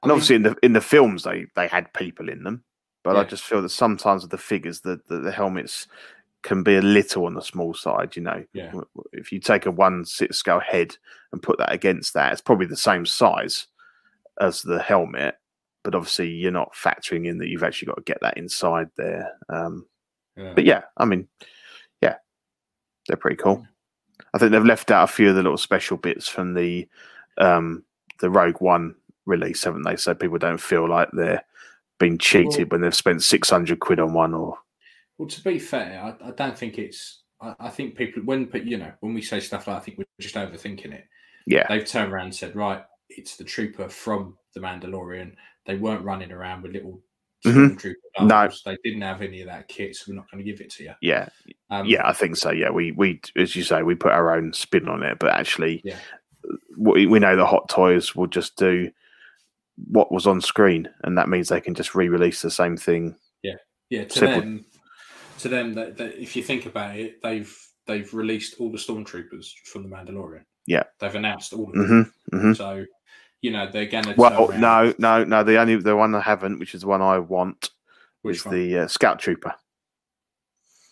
mean, obviously in the in the films they they had people in them but i Yeah. just feel that sometimes with the figures the, the the helmets can be a little on the small side you know Yeah. W- w- if you take a one six scale head and put that against that it's probably the same size as the helmet but obviously you're not factoring in that you've actually got to get that inside there um yeah. but yeah, I mean, yeah, they're pretty cool. I think they've left out a few of the little special bits from the um, the Rogue One release, haven't they? So people don't feel like they're being cheated Well- when they've spent six hundred quid on one. Or Well, to be fair, I, I don't think it's. I, I think people, when but you know, when we say stuff like, I think we're just overthinking it. yeah, They've turned around and said, right, it's the trooper from the Mandalorian. They weren't running around with little Mhm. trooper. No. they didn't have any of that kit, so we're not going to give it to you. yeah, Um, yeah, I think so. Yeah, we we as you say, we put our own spin on it, but actually, Yeah. we, we know the Hot Toys will just do what was on screen, and that means they can just re-release the same thing Yeah, to Simple. them, to them, that, that if you think about it, they've they've released all the stormtroopers from the Mandalorian. Yeah. they've announced all of them. hmm mhm. So, you know, they're going to. Well, oh, no, no, no. The only the one I haven't, which is the one I want, which is one? the uh, Scout Trooper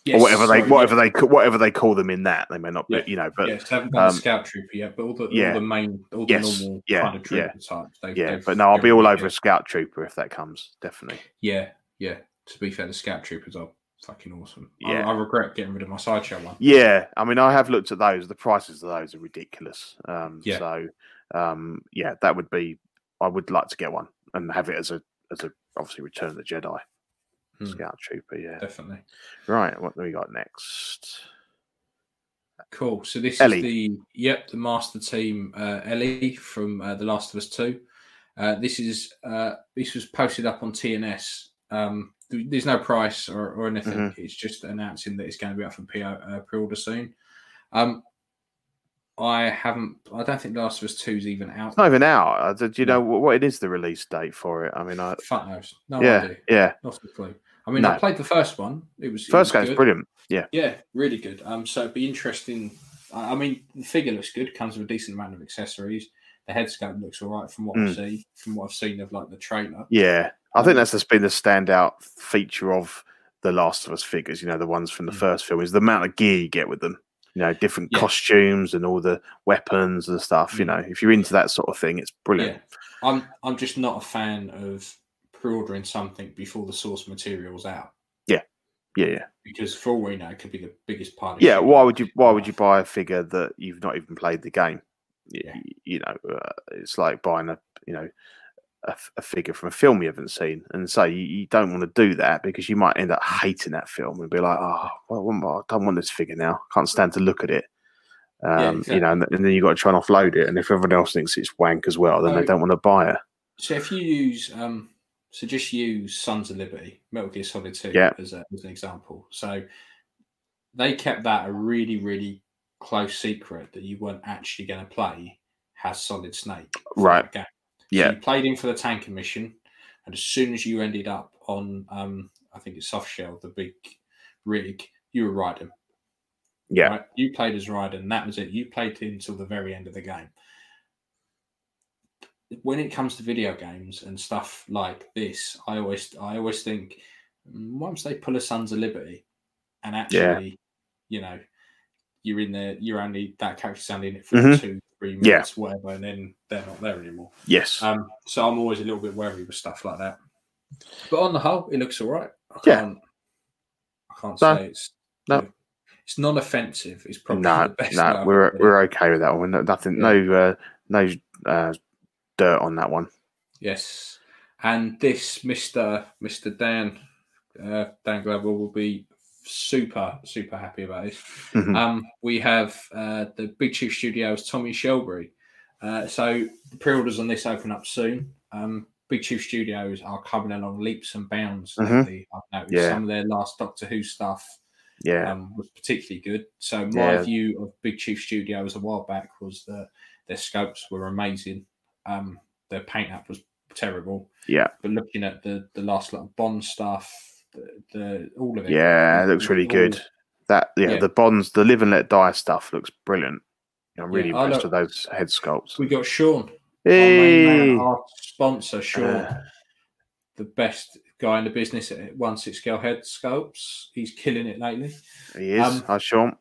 Yes, or whatever sorry, they whatever they ca- whatever they call them in that. They may not, be, Yeah, you know, Yeah, but yeah, yes, they haven't done um, the scout trooper yet, but all the yeah. all the main, all Yes, the normal yeah, kind of trooper types. They've, they've- but no, I'll be all over yeah, a Scout Trooper if that comes. Definitely. Yeah, yeah. To be fair, the scout troopers are fucking awesome. Yeah. I, I regret getting rid of my sideshow one. Yeah, I mean, I have looked at those. The prices of those are ridiculous. Um, Yeah. So, um, yeah, that would be. I would like to get one and have it as a as a obviously Return of the Jedi Hmm. Scout Trooper. Yeah. Definitely. Right. What do we got next? Cool. So this Ellie. is the yep the master team uh, Ellie from uh, The Last of Us Two. Uh, this is uh, this was posted up on TNS. Um, th- there's no price or, or anything. Mm-hmm. It's just announcing that it's going to be up for PO, uh, pre-order soon. Um, I haven't. I don't think The Last of Us Two is even out. It's not even out. Uh, Do do you No. know wh- what it is the release date for it? I mean, I Fuck knows. No yeah, idea. yeah. Not a clue. I mean, No. I played the first one. It was it First was game's good. brilliant. Yeah, really good. Um, so it'd be interesting. I I mean, the figure looks good. Comes with a decent amount of accessories. The head sculpt looks all right from what Mm. I've seen. From what I've seen of like the trailer. Yeah, I think Um, that's just been the standout feature of the Last of Us figures. You know, the ones from the Mm. first film is the amount of gear you get with them. You know, different Yeah. costumes and all the weapons and stuff. You Mm. know, if you're into that sort of thing, it's brilliant. Yeah, I'm. I'm just not a fan of pre-ordering something before the source material's out Yeah, yeah, because for all we know, it could be the biggest part. Of yeah. shit Why would you? Why would you life. buy a figure that you've not even played the game? Y- Yeah. y- You know, uh, it's like buying a you know a, f- a figure from a film you haven't seen, and so you, you don't want to do that because you might end up hating that film and be like, oh, well, I don't want this figure now. I can't stand to look at it. Um, You know, and, th- and then you got to try and offload it, and if everyone else thinks it's wank as well, then they So- don't want to buy it. So if you use, um, so just use Sons of Liberty, Metal Gear Solid Two, Yeah. as, a, as an example. So they kept that a really, really close secret that you weren't actually going to play as Solid Snake, for Right. that game. So Yeah. you played him for the tanker mission, and as soon as you ended up on, um, I think it's Soft Shell, the big rig, you were riding. Yeah. Right? You played as Raiden. That was it. You played until the very end of the game. When it comes to video games and stuff like this, I always I always think "Mm, once they pull a Sons of Liberty and actually, Yeah. you know, you're in there, you're only that character's only in it for Mhm. two, three Yeah. minutes, whatever, and then they're not there anymore. Yes. Um, so I'm always a little bit wary with stuff like that. But on the whole, it looks all right. I Yeah. can't, I can't No. say it's No. It's non-offensive. It's probably no, the best. way no, I can we're put it. we're okay with that one. No- Nothing, Yeah. no, uh, no uh, dirt on that one. yes. And this, Mister Mister Dan Uh, Dan Gladwell will be super, super happy about this. Mhm. Um, we have uh, the Big Chief Studios, Tommy Shelbury. Uh, so the pre-orders on this open up soon. Um, Big Chief Studios are coming along leaps and bounds. Mhm. lately. I've noticed Yeah. some of their last Doctor Who stuff Yeah. um, was particularly good. So my Yeah. view of Big Chief Studios a while back was that their scopes were amazing. Um, their paint up was terrible. Yeah. But looking at the the last lot of Bond stuff, the, the all of it. yeah, it looks really all- good. That yeah, Yeah. the bonds, the live and let die stuff looks brilliant. I'm really Yeah, I impressed look- with those head sculpts. We got Sean, our, main Hey! man, our sponsor, Sean, Uh. the best guy in the business at one six scale head sculpts. He's killing it lately. He is. um, I sure.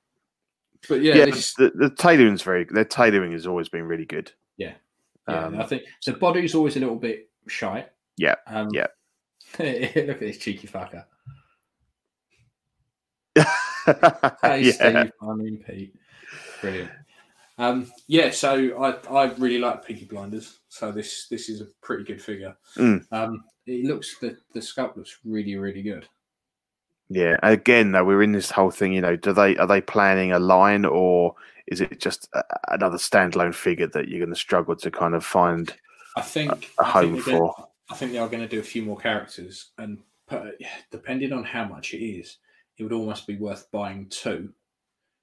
But yeah, Yeah, this, the, the tailoring's very. Their tailoring has always been really good. Yeah. yeah, Um, I think the body's always a little bit shy. Yeah, Um, yeah. look at this cheeky fucker. Hey, yeah. Steve. I mean, Pete. Brilliant. Um, yeah, so I, I really like Peaky Blinders. So this this is a pretty good figure. Mm. Um, it looks the the sculpt looks really really good. Yeah. Again, though, we're in this whole thing. You know, do they are they planning a line or is it just a, another standalone figure that you're going to struggle to kind of find? I think A- I a think home they're gonna- for. I think they are going to do a few more characters, and put, depending on how much it is, it would almost be worth buying two.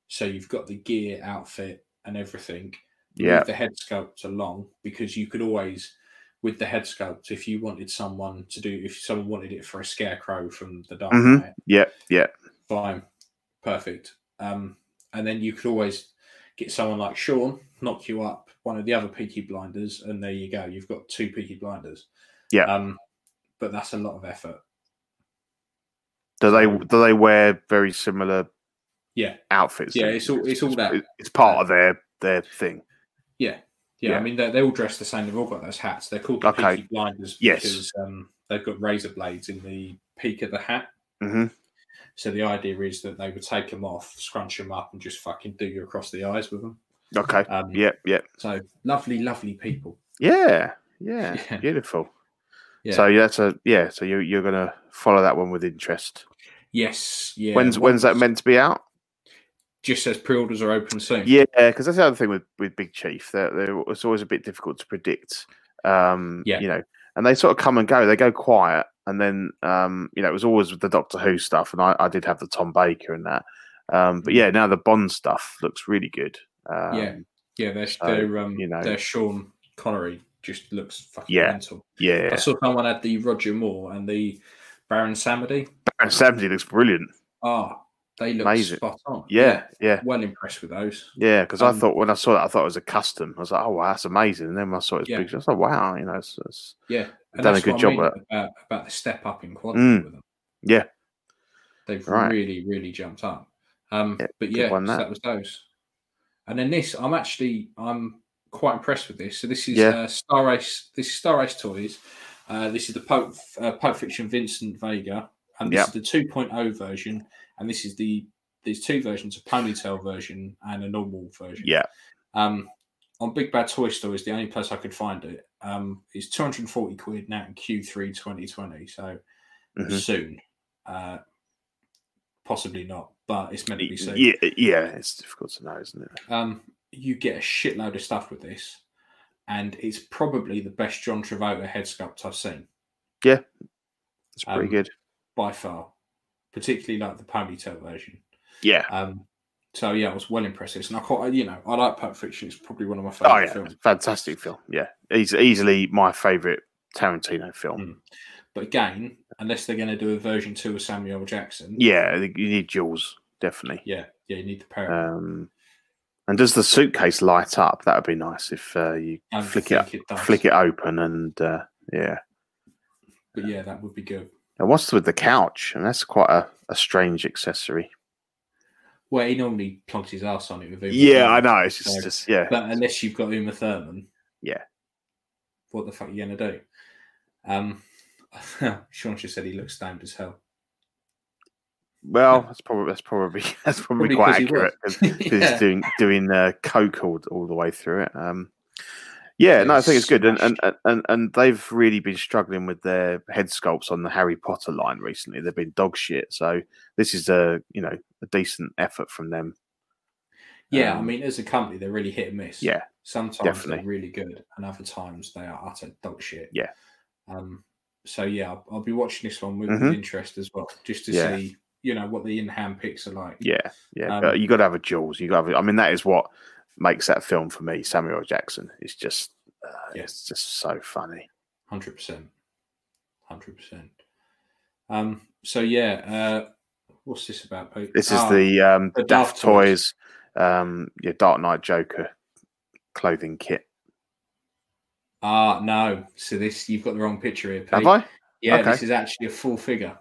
So you've got the gear, outfit, and everything. Yeah. with the head sculpts along because you could always with the head sculpts if you wanted someone to do if someone wanted it for a scarecrow from the dark Mhm. Knight, Yeah. Yeah. fine perfect um and then you could always get someone like sean knock you up one of the other peaky blinders and there you go you've got two peaky blinders Yeah. um but that's a lot of effort Do they do they wear very similar yeah outfits? Yeah, then? it's all- it's all that. It's part of their their thing. Yeah. Yeah, I Yeah. mean they they all dress the same. They've all got those hats. They're called the Okay. Peaky Blinders Yes. because um, they've got razor blades in the peak of the hat. hmm So the idea is that they would take them off, scrunch them up, and just fucking do you across the eyes with them. Okay. Um, Yep. Yep. So lovely, lovely people. Yeah. Yeah. Yeah. Beautiful. Yeah. So that's a yeah. So you you're gonna follow that one with interest. Yes. Yeah. when's when's that one's- meant to be out? Just says pre-orders are open soon. Yeah, because that's the other thing with with Big Chief. That that it's always a bit difficult to predict. Um, Yeah. you know, and they sort of come and go. They go quiet, and then um, you know, it was always with the Doctor Who stuff, and I, I did have the Tom Baker and that. Um, but yeah, now the Bond stuff looks really good. Um, Mm. Yeah. Yeah. Their So, their um you know. their Sean Connery just looks fucking Yeah. mental. I yeah. saw someone had the Roger Moore and the Baron Samedi. Baron Samedi looks brilliant. Ah, they look Amazing. spot on. Yeah, yeah, Well impressed with those. yeah. Because Um, I thought when I saw that, I thought it was a custom. I was like, oh wow, that's amazing. And then when I saw his Yeah. picture, I was like, wow, you know, it's, it's Yeah. And Done a that's good what I job mean at- about, about the step up in quality Mm. with them. yeah, They've Right. really, really jumped up. Um, Yeah, but good yeah, one, so that. that was those. And then this, I'm actually, I'm quite impressed with this. So this is Yeah. uh, Star Race. This is Star Race Toys. Uh, this is the Pope, uh, Pope Fiction Vincent Vega, and this Yep. is the 2.0 version. And this is the there's two versions: a ponytail version and a normal version. yeah. Um, on Big Bad Toy Store is the only place I could find it. Um, it's 240 quid now in Q3 2020. So Mhm. soon. Uh, possibly not, but it's meant to be soon. Yeah, yeah, it's difficult to know, isn't it? Um, you get a shitload of stuff with this, and it's probably the best John Travolta head sculpt I've seen It's pretty Um, good. by far, particularly like the ponytail version. Yeah. Um, so yeah, I was well impressed with this, and I quite, you know, I like Pulp Fiction. It's probably one of my favorite Oh yeah, films. fantastic film. Yeah, Eas easily my favorite Tarantino film. Mm. But again, unless they're going to do a version two of Samuel Jackson, Yeah, I think you need jewels definitely. yeah, yeah, you need the pair. Um, and does the suitcase light up? That would be nice if uh, you I flick it, think up, does. flick it open, and uh, yeah. But yeah, that would be good. And what's with the couch? And that's quite a, a strange accessory. Well, he normally plugs his ass on it with Uma Yeah, I Thurman. know. It's just, So- just yeah, But unless you've got Uma Thurman, Yeah. what the fuck are you gonna do? Um, Sean just said he looks damned as hell. Well, that's probably that's probably that's probably, Probably quite 'cause he was. accurate because Yeah. he's doing doing uh, coke all, all the way through it. Um, Yeah, no, I It's think it's good, and and, smashed. and and they've really been struggling with their head sculpts on the Harry Potter line recently. They've been dog shit, so this is a you know a decent effort from them. Yeah, I Um, mean, as a company, they're really hit and miss. Yeah, sometimes definitely. they're really good, and other times they are utter dog shit. Yeah. Um. So yeah, I'll, I'll be watching this one with Mhm. interest as well, just to Yeah. see you know what the in-hand picks are like. yeah, yeah. Um, Uh, you got to have a Jules. You got. to I mean, that is what makes that film for me. Samuel L. Jackson. It's just, uh, Yeah. it's just so funny. Hundred percent. Hundred percent. Um. So yeah. Uh. What's this about? Pete? This is Ah, the um, the Daft Daft Toys. Toys, um, yeah, Dark Knight Joker clothing kit. Ah no. So this you've got the wrong picture here. Pete. Have I? Yeah. Okay. This is actually a full figure.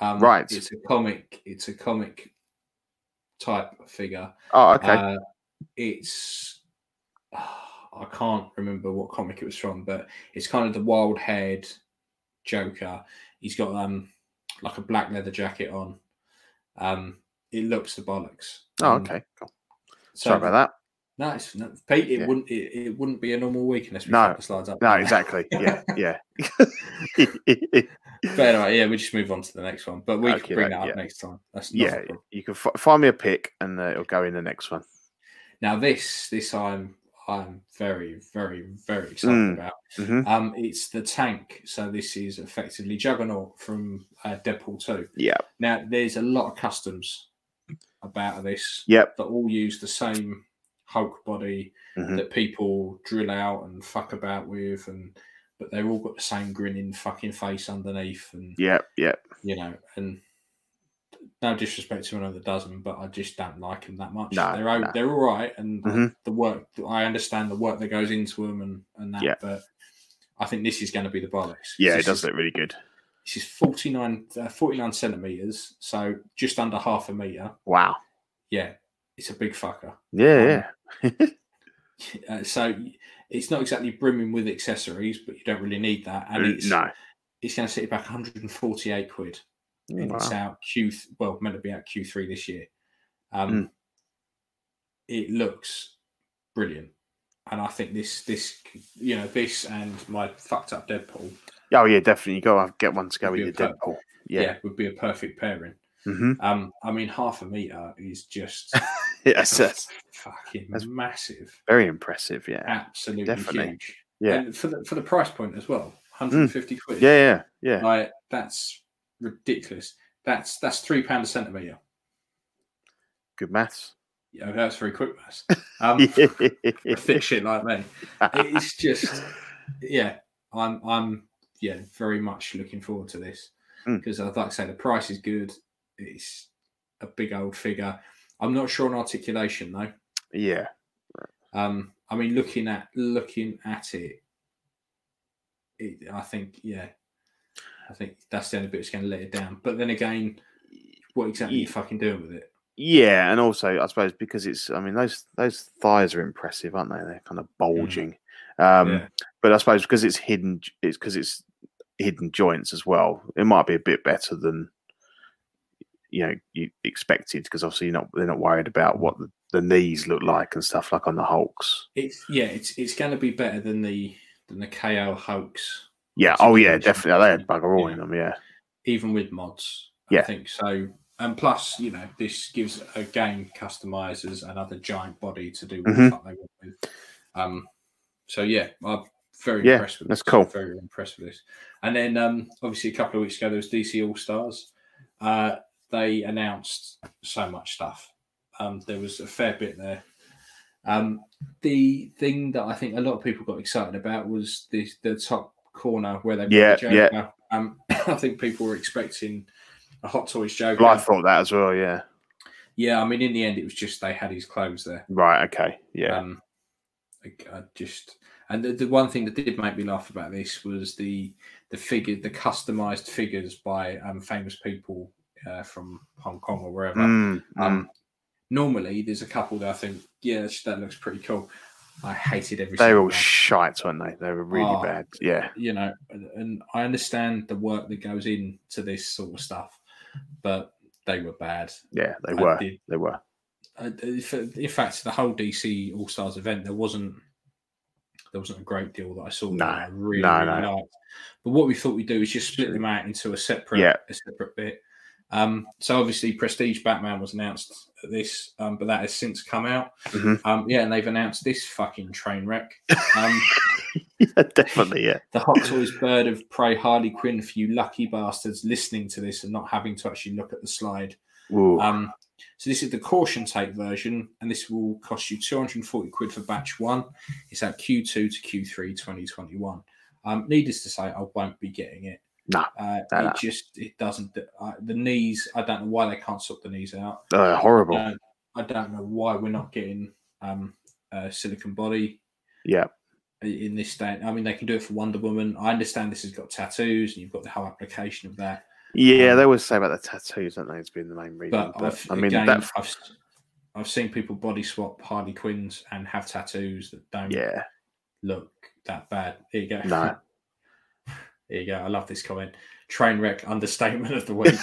Um, Right. It's a comic. It's a comic type figure. Oh, okay. Uh, it's ah, I can't remember what comic it was from, but it's kind of the wild haired Joker. He's got um like a black leather jacket on. Um, it looks the bollocks. oh, Um, okay. Cool. so- Sorry about that. No, it's no, Pete. It Yeah. wouldn't. It, it wouldn't be a normal week unless we No. fuck the slides up. No, exactly. Yeah, yeah. but anyway, yeah, we just move on to the next one. But we Okey can bring doke, that up yeah. next time. That's not a yeah, problem. you can f- find me a pick, and uh, it'll go in the next one. Now this, this I'm, I'm very, very, very excited Mm. about. Mhm. Um, it's the tank. So this is effectively Juggernaut from uh, Deadpool Two. Yeah. Now there's a lot of customs about this Yep. that all use the same Hulk body Mhm. that people drill out and fuck about with, and but they've all got the same grinning fucking face underneath, and Yep. Yep. you know, and no disrespect to anyone that does them, but I just don't like them that much. No, they're o- no. they're all right, and Mhm. the work I understand the work that goes into them and and that, Yeah. but I think this is going to be the bollocks. Yeah, this it does Is, look really good. this is 49, uh, 49 centimeters, so just under half a meter. Wow. Yeah, it's a big fucker. Um, Yeah. Yeah. Uh, so it's not exactly brimming with accessories, but you don't really need that, and Mm, it's no. it's going to sit you back one hundred and forty eight quid. and it's Wow. out Q th- well meant to be out Q three this year. Um, Hmm. It looks brilliant, and I think this this c- you know this and my fucked up Deadpool Oh yeah, definitely. You got to get one to go with uh, Be a your perk. Deadpool. yeah. Yeah. would be a perfect pairing. hmm Um, I mean half a meter is just Yes, that's fucking That's- massive, uh, very impressive. Yeah. absolutely Definitely. huge. Yeah. Hmm. and for the for the price point as well, one hundred and fifty quid. Yeah. Yeah. Yeah. like that's ridiculous. That's that's three pound a centimeter. Good maths. Yeah, that's very quick, mass. Um, for thick shit like me. It's just, yeah, I'm, I'm, yeah, very much looking forward to this Mm. because, I'd like I say, the price is good. It's a big old figure. I'm not sure on articulation though. yeah. Um, I mean, looking at looking at it, it, I think, yeah, I think that's the only bit that's going to let it down. But then again, what exactly are you Ye- fucking doing with it? Yeah, and also I suppose because it's I mean those those thighs are impressive, aren't they? They're kind of bulging. Um Mm. Yeah. but I suppose because it's hidden j- it's because it's hidden joints as well, it might be a bit better than you know you expected because obviously you're not they're not worried about what the, the knees look like and stuff like on the Hulks. It's yeah, it's it's going to be better than the than the KO hoax Yeah. It's a Oh yeah, huge definitely. They had difference, bugger all yeah. in them. Yeah. even with mods. I Yeah. think so. And plus, you know, this gives a game customizers another giant body to do what the Mhm. fuck they want with. Um, so yeah, I'm very Yeah, impressed with that's this. cool. Very impressed with this. And then um, obviously a couple of weeks ago there was DC All Stars. Uh, they announced so much stuff. Um, there was a fair bit there. Um, the thing that I think a lot of people got excited about was the the top corner where they put the Yeah, yeah. Joker. Um, I think people were expecting a Hot Toys Joker. Well, I thought that as well. Yeah. Yeah, I mean, in the end, it was just they had his clothes there. Right. Okay. Yeah. Um, I, I just and the, the one thing that did make me laugh about this was the the figure, the customized figures by um, famous people uh, from Hong Kong or wherever. Mm, mm. Um, normally, there's a couple that I think, yeah, that's- that looks pretty cool. I hated every. they single were all one. shite, weren't they? They were really Oh. bad. Yeah. you know, and, and I understand the work that goes into this sort of stuff, but they were bad. Yeah. They I were. did- They were. uh, I- if- in fact, the whole DC All Stars event, there wasn't there wasn't a great deal that I saw. No, that I really, no, really no. liked. But what we thought we'd do is just split them out into a separate, Yeah. a separate bit. Um, so obviously, Prestige Batman was announced at this, um, but that has since come out. Mhm. Um, yeah, and they've announced this fucking train wreck. Um, yeah, definitely, yeah. the Hot Toys Bird of Prey Harley Quinn for you lucky bastards listening to this and not having to actually look at the slide. Ooh, Um, so this is the caution tape version, and this will cost you 240 quid for batch one. It's at Q2 to Q3 2021. Um, needless to say, I won't be getting it. No, uh, no, it no. just it doesn't. Uh, the knees, I don't know why they can't sort the knees out. uh, horrible. Uh, I don't know why we're not getting um, uh, silicon body yeah, in this day. I mean, they can do it for Wonder Woman. I understand this has got tattoos and you've got the whole application of that. yeah. um, they always say about the tattoos, don't they? It's been the main reason. But, But, I've, I mean, again, that. I've, I've seen people body swap Harley Quinns and have tattoos that don't Yeah, look that bad. Here you go. No. Here you go. I love this comment. Train wreck understatement of the week.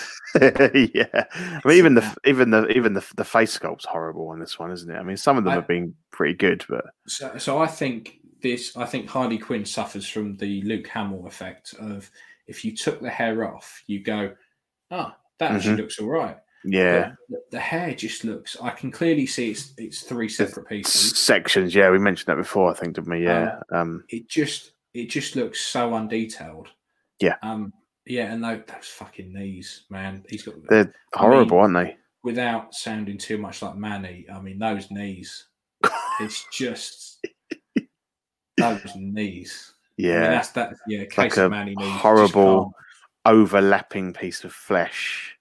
yeah. I mean, uh, even the even the even the the face sculpt's horrible on this one, isn't it? I mean, some of them I- have been pretty good, but So, so I think this. I think Harley Quinn suffers from the Luke Hamill effect of if you took the hair off, you go, ah, that actually looks all right. Mm-hmm. yeah, the, the hair just looks. I can clearly see it's it's three separate pieces. sections. Yeah, we mentioned that before, I think, didn't we? Yeah, um, It just it just looks so undetailed. Yeah. Um. Yeah, and tho- those fucking knees, man. He's got They're horrible, aren't they? without sounding too much like Manny. I mean, those knees. It's just those knees. I mean, Yeah, that's that. Yeah, case like a of Manny knees. just horrible- can't- overlapping piece of flesh.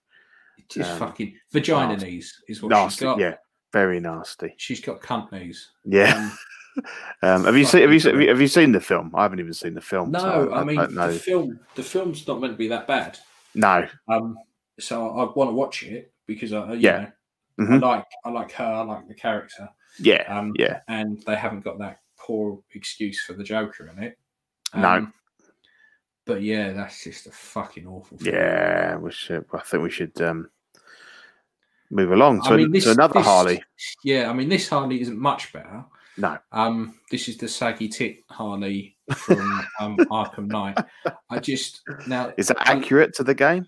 It's just um, fucking vagina nasty. knees is what she's Nasty. got. Yeah, very nasty. She's got cunt knees. Yeah. Um, Um, have you seen? Have you, Fucking have you have you seen the film? I haven't even seen the film. so no, I, mean don't know. the film. The film's not meant to be that bad. no. Um, so I, want to watch it because I, you Yeah. know, Mhm. I like I like her, I like the character, Yeah, um, yeah, and they haven't got that poor excuse for the Joker in it. Um, No. but yeah, that's just a fucking awful. Film. yeah. We should. I think we should um, move along I to, an- mean, this- to another this- Harley. yeah. I mean, this Harley isn't much better. No. Um, this is the saggy tit Harley from um, Arkham Knight. I just now Is that I- accurate to the game?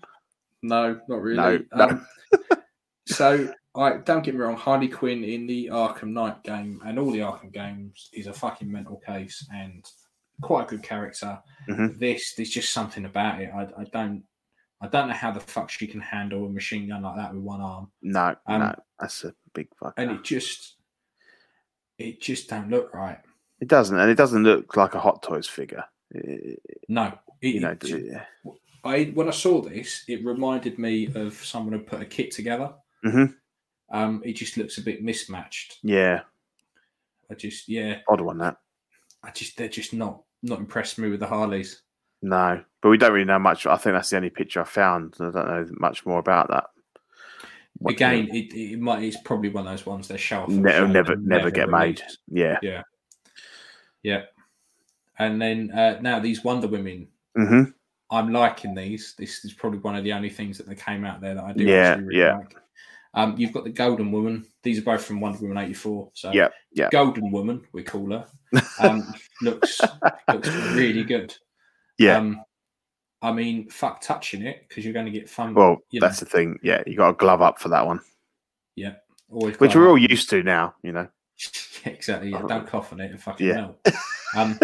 No, not really. no. Um, so, I don't get me wrong. Harley Quinn in the Arkham Knight game and all the Arkham games is a fucking mental case and quite a good character. Mhm. This, there's just something about it. I, I don't, I don't know how the fuck she can handle a machine gun like that with one arm, No, Um, no. That's a big fuck. and it just, it just don't look right. It doesn't, and it doesn't look like a Hot Toys figure. It- No, it, you know, it ju- yeah. I when I saw this, it reminded me of someone who put a kit together. Mhm. Um, it just looks a bit mismatched. yeah, I just yeah, odd one that. I just they're just not not impressed me with the Harleys. No, but we don't really know much. I think that's the only picture I found. I don't know much more about that. What- Again, it, it might it's probably one of those ones they show off. and Ne- show and never- never get made. release. yeah. Yeah, and then uh, now these Wonder Women, hmm I'm liking these. This is probably one of the only things that they came out there that I do. Yeah, actually really yeah. Like. Um, you've got the Golden Woman. These are both from Wonder Woman '84. So Yep, yep. Golden Woman, we call her. Um, looks looks really good. Yeah. Um, I mean, fuck touching it because you're going to get fun. Mm. Well, you know. that's the thing. Yeah, you got a glove up for that one, always which glad. we're all used to now. You know. Yeah, exactly. Yeah, Uh-huh. don't cough on it and fucking Yeah. melt. Um,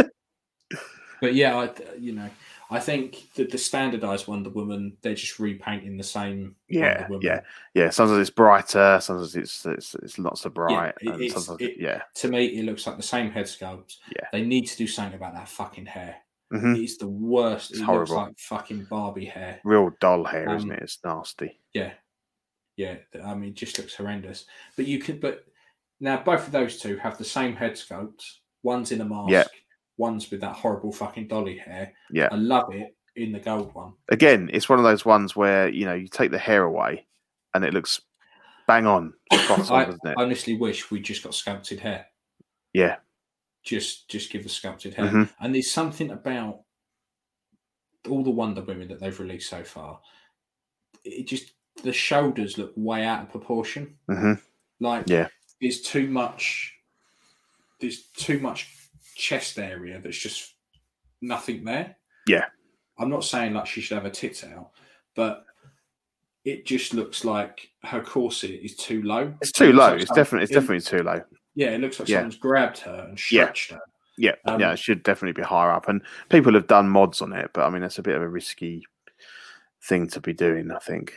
but yeah, I, th- you know, I think that the standardized Wonder Woman, they're just repainting the same. Yeah, Wonder Woman. yeah. Yeah. Sometimes it's brighter. Sometimes it's it's, it's not so bright. it- and it's- sometimes, it- yeah. To me, it looks like the same head sculpts. Yeah. They need to do something about that fucking hair. hmm It's the worst. It's it horrible. looks like fucking Barbie hair. Real doll hair, Um, isn't it? It's nasty. Yeah, yeah. th- I mean, it just looks horrendous. But you could, but now both of those two have the same head sculpts. One's in a mask. Yeah. One's with that horrible fucking dolly hair. Yeah. I love it in the gold one. Again, it's one of those ones where you know you take the hair away, and it looks bang on, spot on, I doesn't it? honestly wish we just got sculpted hair. yeah. Just, just give us sculpted hair. Mhm. And there's something about all the Wonder Women that they've released so far. It just the shoulders look way out of proportion. hmm Like, Yeah. there's too much. There's too much chest area that's just nothing there. Yeah. I'm not saying like she should have her tits out, but it just looks like her corset is too low. It's too low. Looks It's like definitely it's something- definitely too low. Yeah, it looks like Yeah. someone's grabbed her and Yeah. stretched her. Yeah, Um, yeah, it should definitely be higher up. And people have done mods on it, but I mean, that's a bit of a risky thing to be doing. I think.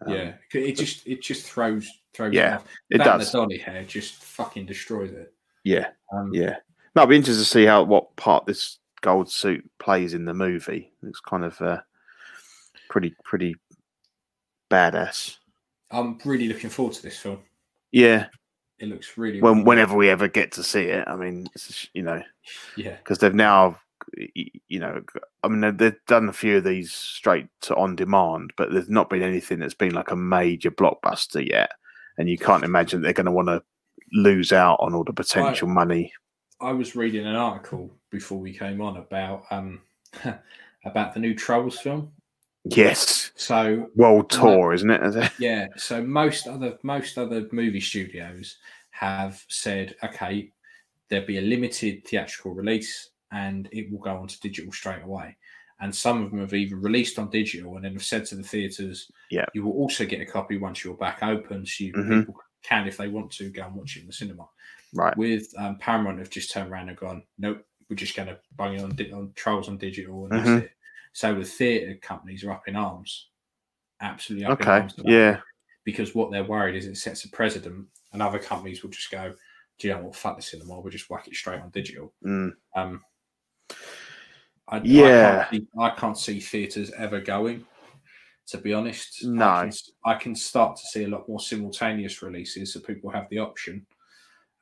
Um, yeah, it just it just throws throws. Yeah, off. it That and does. The dolly hair just fucking destroys it. Yeah, Um, yeah. No, I'll be interested to see how what part this gold suit plays in the movie. It's kind of uh, pretty pretty badass. I'm really looking forward to this film. Yeah, It looks really when really whenever we ever get to see it, I mean, it's, just, you know, good. yeah because they've now, y- y- you know, I mean, they've- they've done a few of these straight to on demand, but there's not been anything that's been like a major blockbuster yet. And you can't imagine they're going to want to lose out on all the potential money. I was reading an article before we came on about um about the new Trolls film. Yes. So World Right. tour, isn't it? Is it? yeah, so most other most other movie studios have said, okay, there'll be a limited theatrical release and it will go onto digital straight away. And some of them have even released on digital and then have said to the theaters, Yeah. you will also get a copy once you're back open, so you, Mhm. people can, if they want to, go and watch it in the cinema Right. with um, Paramount have just turned around and gone, nope, we're just going to bung it on, di- on trials on digital, and Mhm. that's it. So the theatre companies are up in arms, absolutely up in Okay. arms, about it, Yeah. because what they're worried is it sets a precedent, and other companies will just go, do you know what, fuck the cinema, we'll just whack it straight on digital. Mm. Um, I, I Yeah. can't see, I can't see theatres ever going. To be honest, I No. can s- I can start to see a lot more simultaneous releases, so people have the option.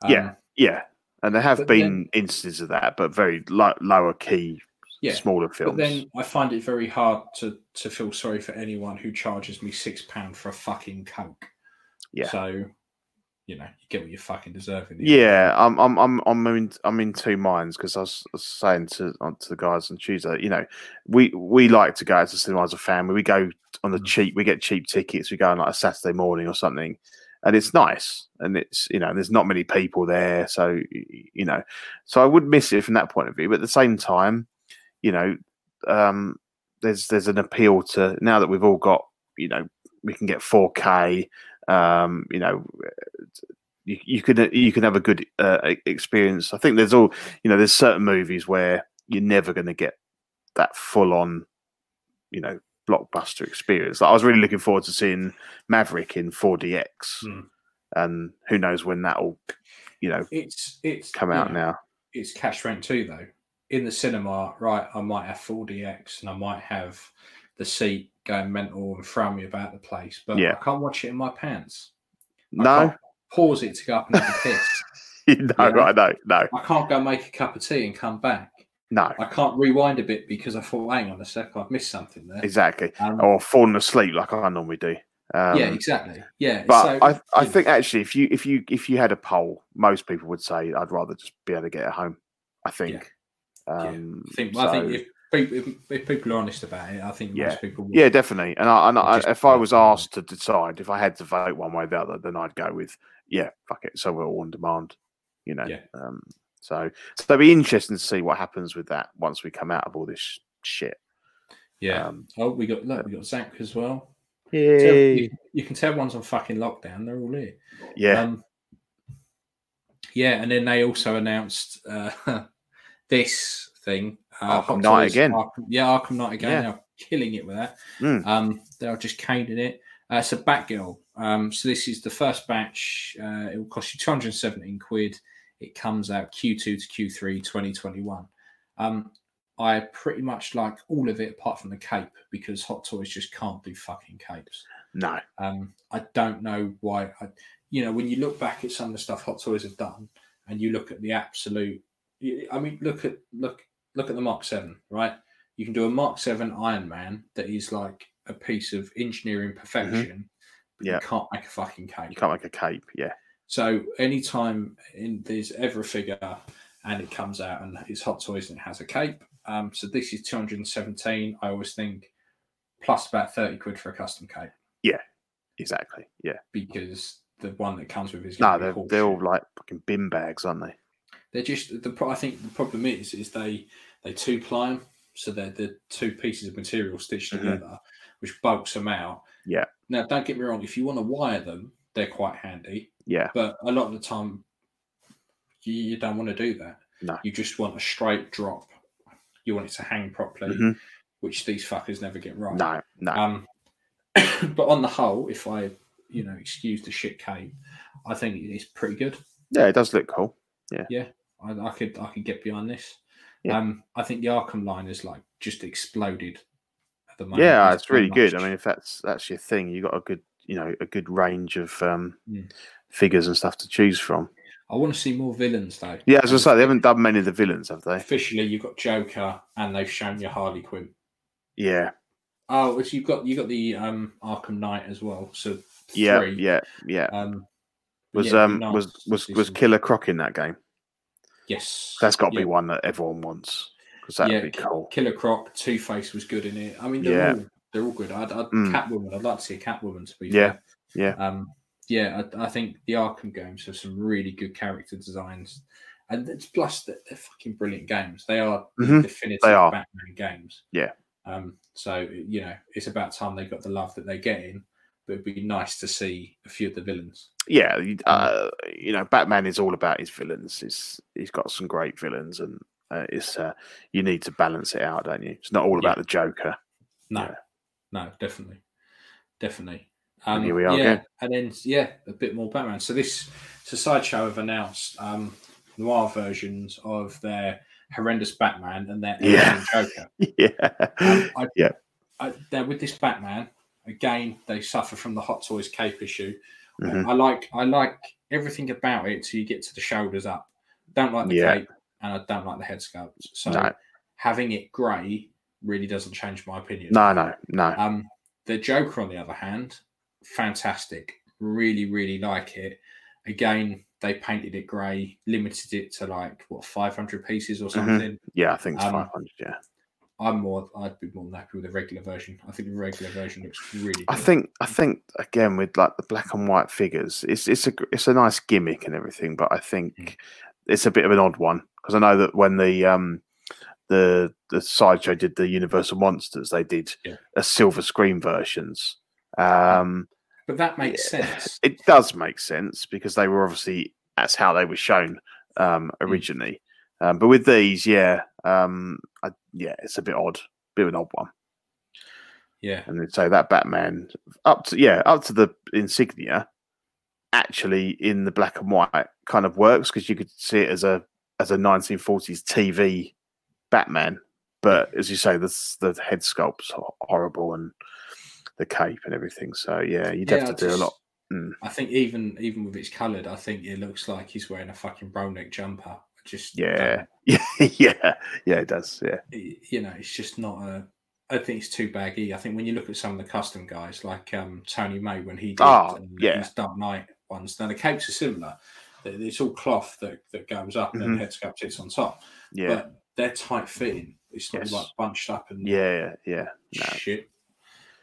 Um, Yeah. Yeah. And there have But been instances of that, but very lo- lower key, Yeah, smaller films. But then I find it very hard to to feel sorry for anyone who charges me six pound for a fucking coke. Yeah. So, you know, you get what you fucking deserve in the end. Yeah, I'm, I'm, I'm, I'm in, I'm in two minds because I was I was saying to on- to the guys on Tuesday, you know, we we like to go out to cinema as a family. We go on the Mm. cheap, we get cheap tickets. We go on like a Saturday morning or something, and it's nice. And it's you know, there's not many people there, so y- you know, so I would miss it from that point of view. But at the same time, you know, um, there's there's an appeal to now that we've all got you know we can get 4K. Um, you know, you, you can you can have a good uh, e- experience. I think there's all you know. There's certain movies where you're never going to get that full on, you know, blockbuster experience. Like, I was really looking forward to seeing Maverick in 4DX, Hmm. and who knows when that will, you know, It's it's come you out know, now. It's cash rent too though. In the cinema, right, I might have 4DX and I might have the seat going mental and throwing me about the place, but Yeah. I can't watch it in my pants. I No, can't pause it to go up and have a piss. no, Yeah. I know, no, I can't go make a cup of tea and come back. no, I can't rewind a bit because I thought, hang on a sec, I've missed something there. exactly. Um, Or falling asleep like I normally do. oh, Um, yeah, exactly. Yeah, But so, I, I you know, think actually, if you if you if you had a poll, most people would say I'd rather just be able to get it home. I think. Um, I think, I think so- if, people, if, if people are honest about it, I think Yeah. most people. Would. yeah, definitely. And I, and I'll I, just if I vote was for it. asked to decide, if I had to vote one way or the other, then I'd go with yeah, fuck it. So we're all on demand, you know. Yeah. Um, so so it'll be interesting to see what happens with that once we come out of all this shit. yeah. Um, oh, we got look, we got Zach as well. So yeah. you, you can tell one's on fucking lockdown; they're all here. Yeah. Um, yeah, and then they also announced uh, this thing. Uh, Arkham Knight Toys, again. Arkham- yeah, Arkham Knight again. Yeah. They're killing it with that. Mm. Um, they're just caning it. Uh, it's a Batgirl. Um, so this is the first batch. Uh, it will cost you 217 quid. It comes out Q2 to Q3 2021. Um, I pretty much like all of it apart from the cape because Hot Toys just can't do fucking capes. no. Um, I don't know why. I, you know, when you look back at some of the stuff Hot Toys have done, and you look at the absolute. I mean, look at look look at the Mark Seven, right? You can do a Mark Seven Iron Man that is like a piece of engineering perfection, but Mm-hmm. Yeah. you can't make a fucking cake. You can't make a cape. Yeah. So anytime in, there's ever a figure and it comes out and it's Hot Toys and it has a cape, um, so this is 217. I always think plus about 30 quid for a custom cape Exactly. Yeah. because the one that comes with is No, gonna be they're, horse they're all shit. like fucking bin bags, aren't they? They're just the. pro- I think the problem is is they they two ply 'em, so they're the two pieces of material stitched Mhm. together, which bulks them out. Yeah. Now, don't get me wrong. If you want to wire them, they're quite handy, Yeah, but a lot of the time, you, you don't want to do that. No. You just want a straight drop. You want it to hang properly, Mhm. which these fuckers never get right. no, no, Um, but on the whole, if I, you know, excuse the shit cave, I think it's pretty good. yeah, it does look cool. I, I could I could get behind this. Yeah. Um, I think the Arkham line is like just exploded at the moment. yeah, There's it's really so good. much. I mean, if that's that's your thing, you got a good, you know, a good range of um, Mm. figures and stuff to choose from. I want to see more villains though. Yeah, as I say, they haven't done many of the villains, have they? officially you've got Joker and they've shown you Harley Quinn. Yeah, Oh, which you've got you got the um Arkham Knight as well. So yeah, three. yeah, yeah. Um, but Was yeah, um no, was was this was is- Killer Croc in that game? yes That's got to Yeah. be one that everyone wants because that'd Yeah, be cool. Killer Croc, Two Face was good in it. I mean, they're Yeah. all they're all good. I'd, I'd Mm. Catwoman. I'd like to see a Catwoman to be Yeah, fair. um, yeah. I, I think the Arkham games have some really good character designs, and it's plus that they're fucking brilliant games. They are Mhm. definitive They are. Batman games. Yeah. Um. So you know, it's about time they got the love that they're getting. But it'd be nice to see a few of the villains. yeah, you- uh, Mm. you know, Batman is all about his villains. He's he's got some great villains, and uh, it's uh, you need to balance it out, don't you? It's not all Yeah. about the Joker. No, Yeah. no, definitely, definitely. Um, And here we are yeah, again. and then yeah, a bit more Batman. So this, so sideshow have announced um, noir versions of their horrendous Batman and their Yeah. amazing Joker. yeah, Um, I, Yeah. I, now with this Batman again, they suffer from the Hot Toys cape issue. Mhm. I like, I like everything about it. So you get to the shoulders up. Don't like the Yeah. cape, and I don't like the head sculpt. So no, having it grey really doesn't change my opinion. no, no, no. Um, the Joker, on the other hand, fantastic. Really, really like it. Again, they painted it grey, limited it to like what 500 pieces Mm-hmm. or something. Yeah, I think it's um, five hundred. Yeah, I'm more, I'd be more than happy with the regular version. I think the regular version looks really. Good. I think I think again with like the black and white figures, it's it's a gr- it's a nice gimmick and everything, but I Mm. think it's a bit of an odd one because I know that when the um the the sideshow did the Universal Monsters, they did Yeah. a silver screen versions. Um, but that makes sense. it does make sense because they were obviously that's how they were shown Mm. um, originally. Um, but with these, yeah, um, I, yeah, it's a bit odd, bit of an odd one. Yeah, And then so that Batman up to yeah up to the insignia actually in the black and white kind of works because you could see it as a as a 1940s TV Batman, but as you say, this the head sculpt's ho- horrible and the cape and everything. So yeah, you'd Yeah, have to I do just- a lot. Mm. I think even even with its coloured, I think it looks like he's wearing a fucking brown neck jumper. I Just don't Yeah, yeah, yeah, yeah. It does. Yeah, y- you know, it's just not a. I think it's too baggy. I think when you look at some of the custom guys, like um, Tony May, when he did Oh, um, yeah. his Dark Knight ones, now the capes are similar. It- It's all cloth that, that goes up and then Mhm. the head sculpt sits on top. yeah, But they're tight fitting. It's not Yes. like bunched up and yeah, yeah. no. shit.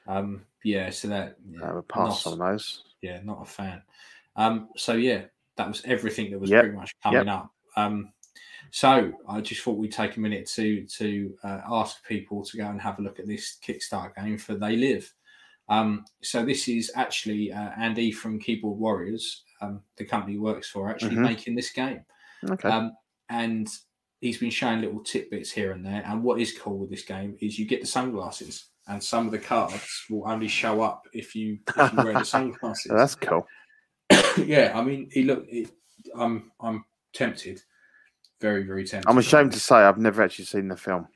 Um, yeah, so that I yeah, would not- pass on those. yeah, not a fan. Um, so yeah, that was everything that was Yep. pretty much coming up. Um, so I just thought we'd take a minute to to uh, ask people to go and have a look at this Kickstarter game for They Live. Um, so this is actually uh, Andy from Keyboard Warriors, um, the company he works for, actually Mhm. making this game. Okay. Um, and he's been showing little tidbits here and there. And what is cool with this game is you get the sunglasses, and some of the cards will only show up if you, if you wear the sunglasses. So that's cool. yeah, I mean, he look. It, I'm I'm tempted, very very tempted. I'm ashamed to say I've never actually seen the film.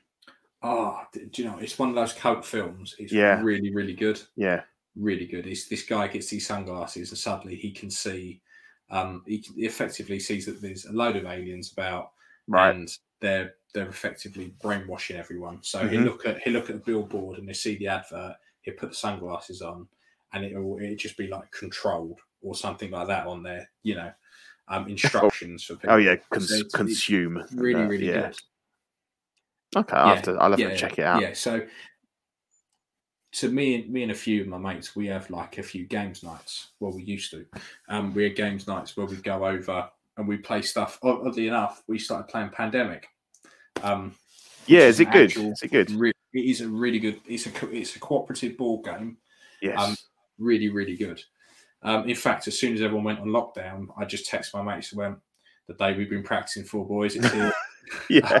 Ah, d- do you know it's one of those cult films? It's Yeah. really really good, Yeah, really good. It's, this guy gets these sunglasses and suddenly he can see. Um, he can- he effectively sees that there's a load of aliens about, right. and they're they're effectively brainwashing everyone. So he Mhm. look at he look at a billboard and they see the advert. He put the sunglasses on, and it will it just be like controlled or something like that on there. You know, um, instructions for people. Oh yeah, cons- So it's- it's consume. really, uh, really yeah. good. Okay, I'll Yeah, have to. I'll have yeah, to check it out. Yeah, so so me and me and a few of my mates, we have like a few games nights. Well, we used to. Um, we had games nights where we go over and we play stuff. o- Oddly enough, we started playing Pandemic. Um, Yeah, which is it an good? actual Is it good? re- it is a really good. It's a co- it's a cooperative board game. Yes. um, Really, really good. Um, in fact, as soon as everyone went on lockdown, I just texted my mates and went, "The day we've been practicing for, boys, it's here." yeah.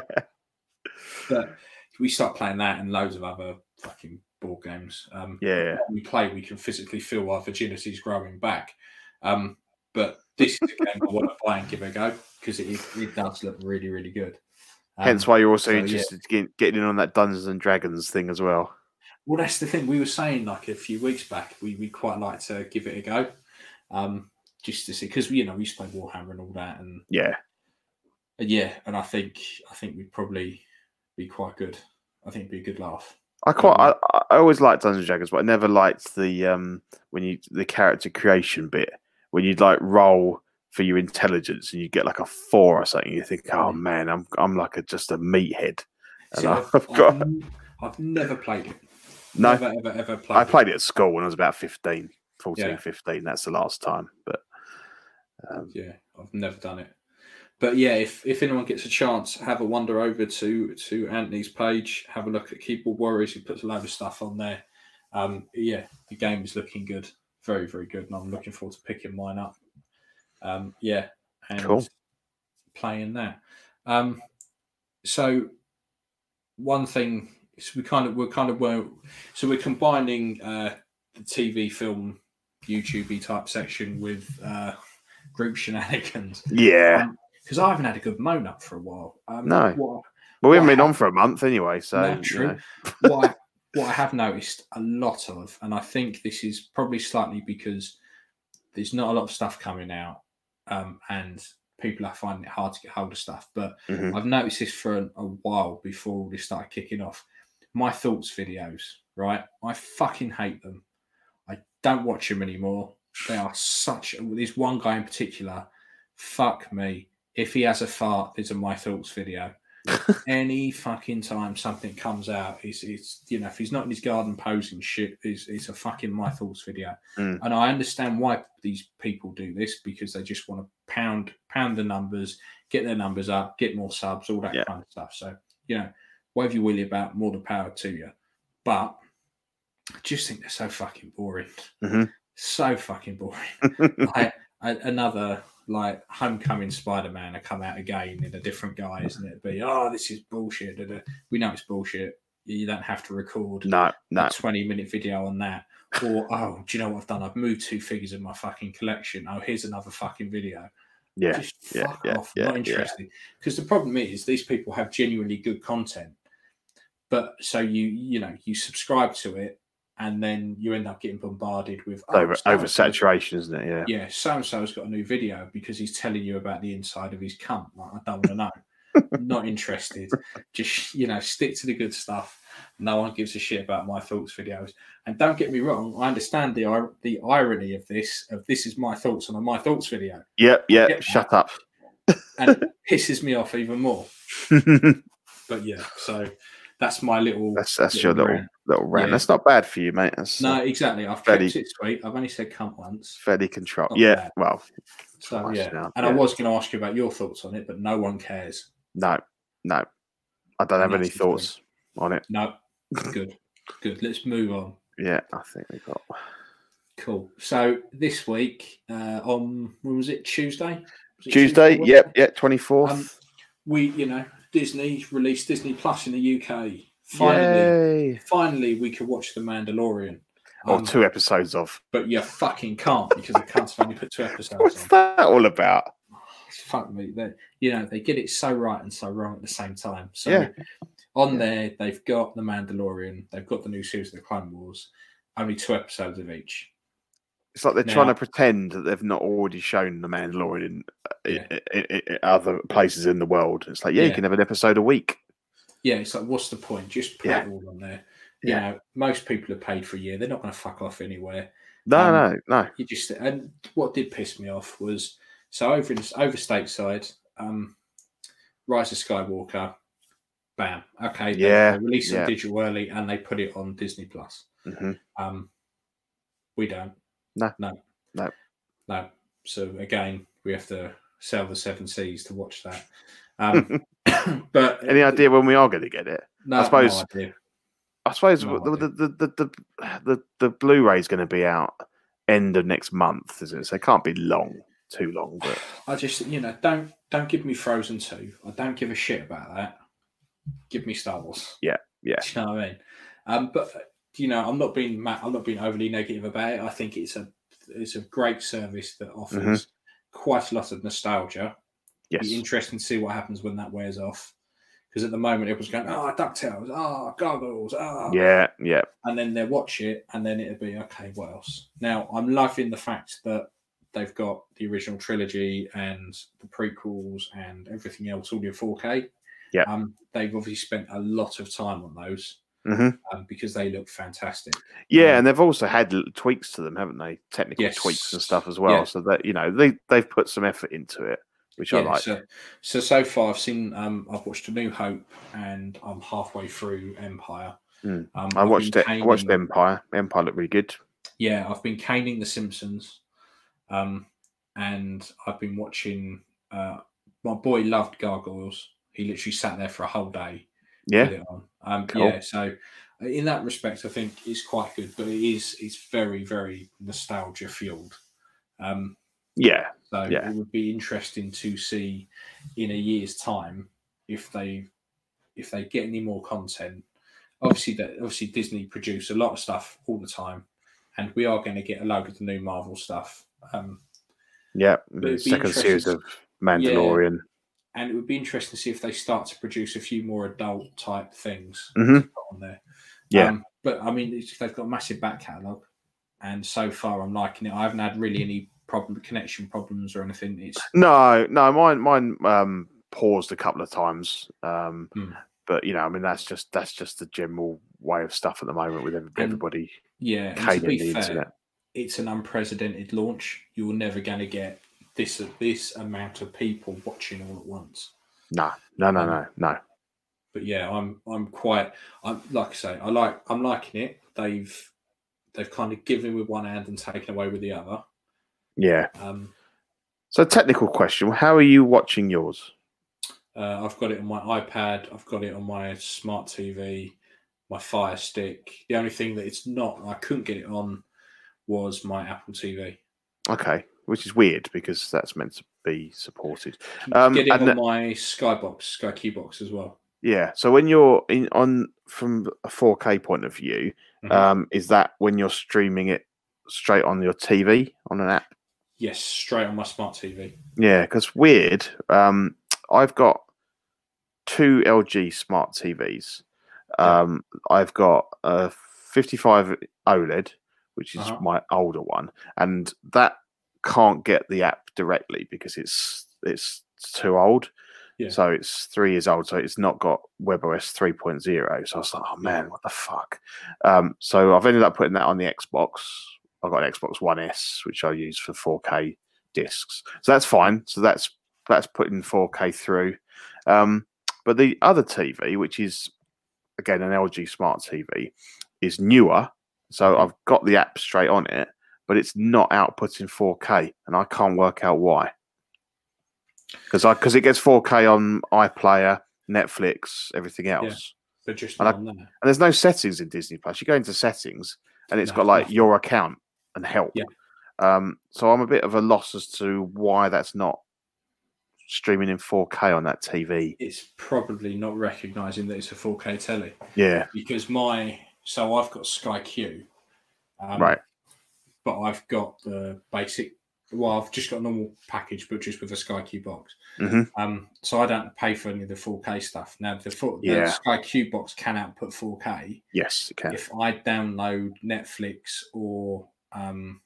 but we start playing that and loads of other fucking board games. Um, Yeah. we play, we can physically feel our virginity's growing back. Um, but this is a game I want to buy and give a go because it, is- it does look really, really good. Um, Hence why you're also so, yeah. interested in get- getting in on that Dungeons and Dragons thing as well. well, that's the thing we were saying like a few weeks back. We we quite like to give it a go, um, just to see because you know we used to play Warhammer and all that, and, Yeah. and yeah, and I think I think we'd probably be quite good. I think it'd be a good laugh. I quite I, Mm-hmm. I- I always liked Dungeons and Dragons, but I never liked the um when you the character creation bit when you'd like roll for your intelligence and you get like a four or something. You think, oh Mm-hmm. man, I'm I'm like a just a meathead. And See, I- I've, I've got- I've n- I've never played it. No, Never, ever, ever played I played it at school when I was about 15, 14, Yeah. 15. That's the last time. But um, Yeah, I've never done it. But yeah, if, if anyone gets a chance, have a wander over to to Anthony's page, have a look at Keyboard Warriors. He puts a load of stuff on there. Um, yeah, the game is looking good, very very good, and I'm looking forward to picking mine up. Um, yeah, and Cool. playing that. Um, so one thing so we kind of we're kind of were so we're combining uh, the TV, film, YouTubey type section with uh, group shenanigans yeah, because I haven't had a good moan up for a while. Um, No. What, well, we haven't what been on for a month anyway, so No, you true. know. what, I, what I have noticed a lot of, and I think this is probably slightly because there's not a lot of stuff coming out, um, and people are finding it hard to get hold of stuff. But Mhm. I've noticed this for a, a while before all this started kicking off. My thoughts videos, right? I fucking hate them. I don't watch them anymore. They are such. There's one guy in particular. Fuck me. If he has a fart, there's a my thoughts video. Any fucking time something comes out, it's it's you know if he's not in his garden posing shit, it's it's a fucking my thoughts video. Mm. And I understand why these people do this because they just want to pound pound the numbers get their numbers up, get more subs, all that Yeah. kind of stuff. So, you know, whatever you willy about, more the power to you. But I just think they're so fucking boring. Mhm. So fucking boring. like a- another like homecoming Spider-Man to come out again in a different guise, and it'd be, oh, this is bullshit. da, da. We know it's bullshit. You don't have to record no, a no, 20 minute video on that. Or, oh, do you know what I've done? I've moved two figures in my fucking collection. Oh, here's another fucking video. yeah, Just yeah, fuck yeah, off. yeah, not yeah. interested. Because the problem is these people have genuinely good content. But so you you know, you subscribe to it and then you end up getting bombarded with oh, over so- oversaturation, isn't it? Yeah, Yeah, so and so's got a new video because he's telling you about the inside of his cunt. Like, I don't want to know. Not interested. Just you know, stick to the good stuff. No one gives a shit about my thoughts videos. And don't get me wrong, I understand the ir- the irony of this. Of this is my thoughts on a my thoughts video yep, yep. Yeah. Shut up. and it pisses me off even more. But yeah, so that's my little. that's that's little your little rant. little rant. Yeah. That's not bad for you, mate. That's No, exactly. I've Fairly- kept it sweet. I've only said cunt once. fairly controlled. Not Yeah, bad. well, So Twice yeah, now, and I yeah. was going to ask you about your thoughts on it, but no one cares. no, no, I don't have That's any the thing. thoughts on it. No, good, good. Let's move on. Yeah, I think we got Cool. So this week, uh, on when was it? Tuesday. Was it Tuesday. wasn't Yep, it? yep. Twenty Um, fourth. we, you know, Disney released Disney Plus in the UK. Finally, Yay! finally, we could watch The Mandalorian. Or Um, two episodes of. but you fucking can't because the cunts have only put two episodes What's on. that all about? Fuck me. They, you know, they get it so right and so wrong at the same time. So Yeah. on Yeah. there, they've got The Mandalorian, they've got the new series of The Clone Wars, only two episodes of each. It's like they're trying Now- to pretend that they've not already shown the Mandalorian in, Yeah. i- i- i- i- other places in the world. It's like, yeah, you Yeah. can have an episode a week. Yeah, it's like, what's the point? Just put Yeah. it all on there. You Yeah. know, most people are paid for a year. They're not going to fuck off anywhere. No, Um, no, no. You just and what did piss me off was so over in over stateside, um, Rise of Skywalker, bam. Okay, they- Yeah, they released yeah. it digital early and they put it on Disney Plus. hmm Um, we don't. No. No. No. No. So again, we have to sail the seven seas to watch that. Um, but Any idea when we are going to get it? No, I suppose- no idea. I suppose No the, idea. the, the, the, the, the, the Blu-ray is going to be out end of next month, isn't it? So it can't be long, too long. But I just you know don't don't give me Frozen two. I don't give a shit about that. Give me Star Wars. Yeah, yeah. Do you know what I mean? Um, but uh, you know, I'm not being ma- I'm not being overly negative about it. I think it's a it's a great service that offers quite a lot of nostalgia. Mm-hmm. yes, Be interesting to see what happens when that wears off. Because at the moment it was going, oh Ducktales, ah Gargoyles, ah, yeah, yeah. and then they'll watch it, and then it'll be okay. What else? Now I'm loving the fact that they've got the original trilogy and the prequels and everything else all in 4K. Yeah. um, they've obviously spent a lot of time on those hmm um, because they look fantastic. Yeah, Um, and they've also had little tweaks to them, haven't they? Technical Yes. tweaks and stuff as well. Yeah. So that you know they they've put some effort into it, which I Yeah, like. so, so so far I've seen um, I've watched A New Hope and I'm halfway through Empire. Hmm. Um, I I've watched been it. I watched caning- Empire. Empire looked really good. yeah, I've been caning The Simpsons, um, and I've been watching. Uh, my boy loved Gargoyles. He literally sat there for a whole day. Yeah, With it on. Um, Cool. Yeah. So uh, in that respect, I think it's quite good, but it is it's very very nostalgia fueled. Um, yeah, so Yeah. it would be interesting to see in a year's time if they if they get any more content. Obviously, that obviously Disney produce a lot of stuff all the time, and we are going to get a load of the new Marvel stuff. Um, yeah. it'd be Second series interesting of Mandalorian. and it would be interesting to see if they start to produce a few more adult type things Mhm. to put on there. Yeah. Um, but I mean, it's, they've got a massive back catalogue, and so far I'm liking it. I haven't had really any problem connection problems or anything. It's No, no, mine mine um paused a couple of times. Um Hmm. but you know, I mean that's just that's just the general way of stuff at the moment with every- And everybody yeah. And to caning be the fair, internet. it's an unprecedented launch. You're never going to get this this amount of people watching all at once. No, no, no, um, no, no. But yeah, I'm I'm quite I'm like I say I like I'm liking it. They've they've kind of given with one hand and taken away with the other. Yeah. Um, So technical question, how are you watching yours? uh, I've got it on my iPad. I've got it on my smart TV, my Fire Stick. The only thing that it's not I couldn't get it on was my Apple TV. Okay. Which is weird because that's meant to be supported. Can Um, get it and on the- my Skybox, Sky Q box as well. Yeah. So when you're in on from a 4K point of view, Mhm. um, is that when you're streaming it straight on your TV on an app? Yes, straight on my smart TV. Yeah, because weird. Um, I've got two LG smart TVs. Yeah. Um, I've got a 55 OLED, E which is Uh-huh. my older one, and that can't get the app directly because it's it's too old. Yeah. So it's three years old, so it's not got WebOS 3.0. So I was like, oh man, what the fuck? Um, so I've ended up putting that on the Xbox. I've got an Xbox One S, which I use for 4K discs. So that's fine. So that's that's putting 4K through. Um, but the other TV, which is again an LG Smart TV, is newer. So I've got the app straight on it, but it's not outputting 4K, and I can't work out why. Because I because it gets 4K on iPlayer, Netflix, everything else, But just And I- not on there. and there's no settings in Disney Plus. You go into settings, and it's No, got like nothing. your account and help. Yeah. Um, so I'm a bit of a loss as to why that's not streaming in 4K on that TV. It's probably not recognizing that it's a 4K telly Yeah. because my so I've got Sky Q, um, Right. But I've got the basic. Well, I've just got a normal package, but just with a Sky Q box. Mhm. Um, so I don't pay for any of the 4K stuff. Now the, 4, the Yeah. Sky Q box can output 4K Yes, it can. if I download Netflix or um,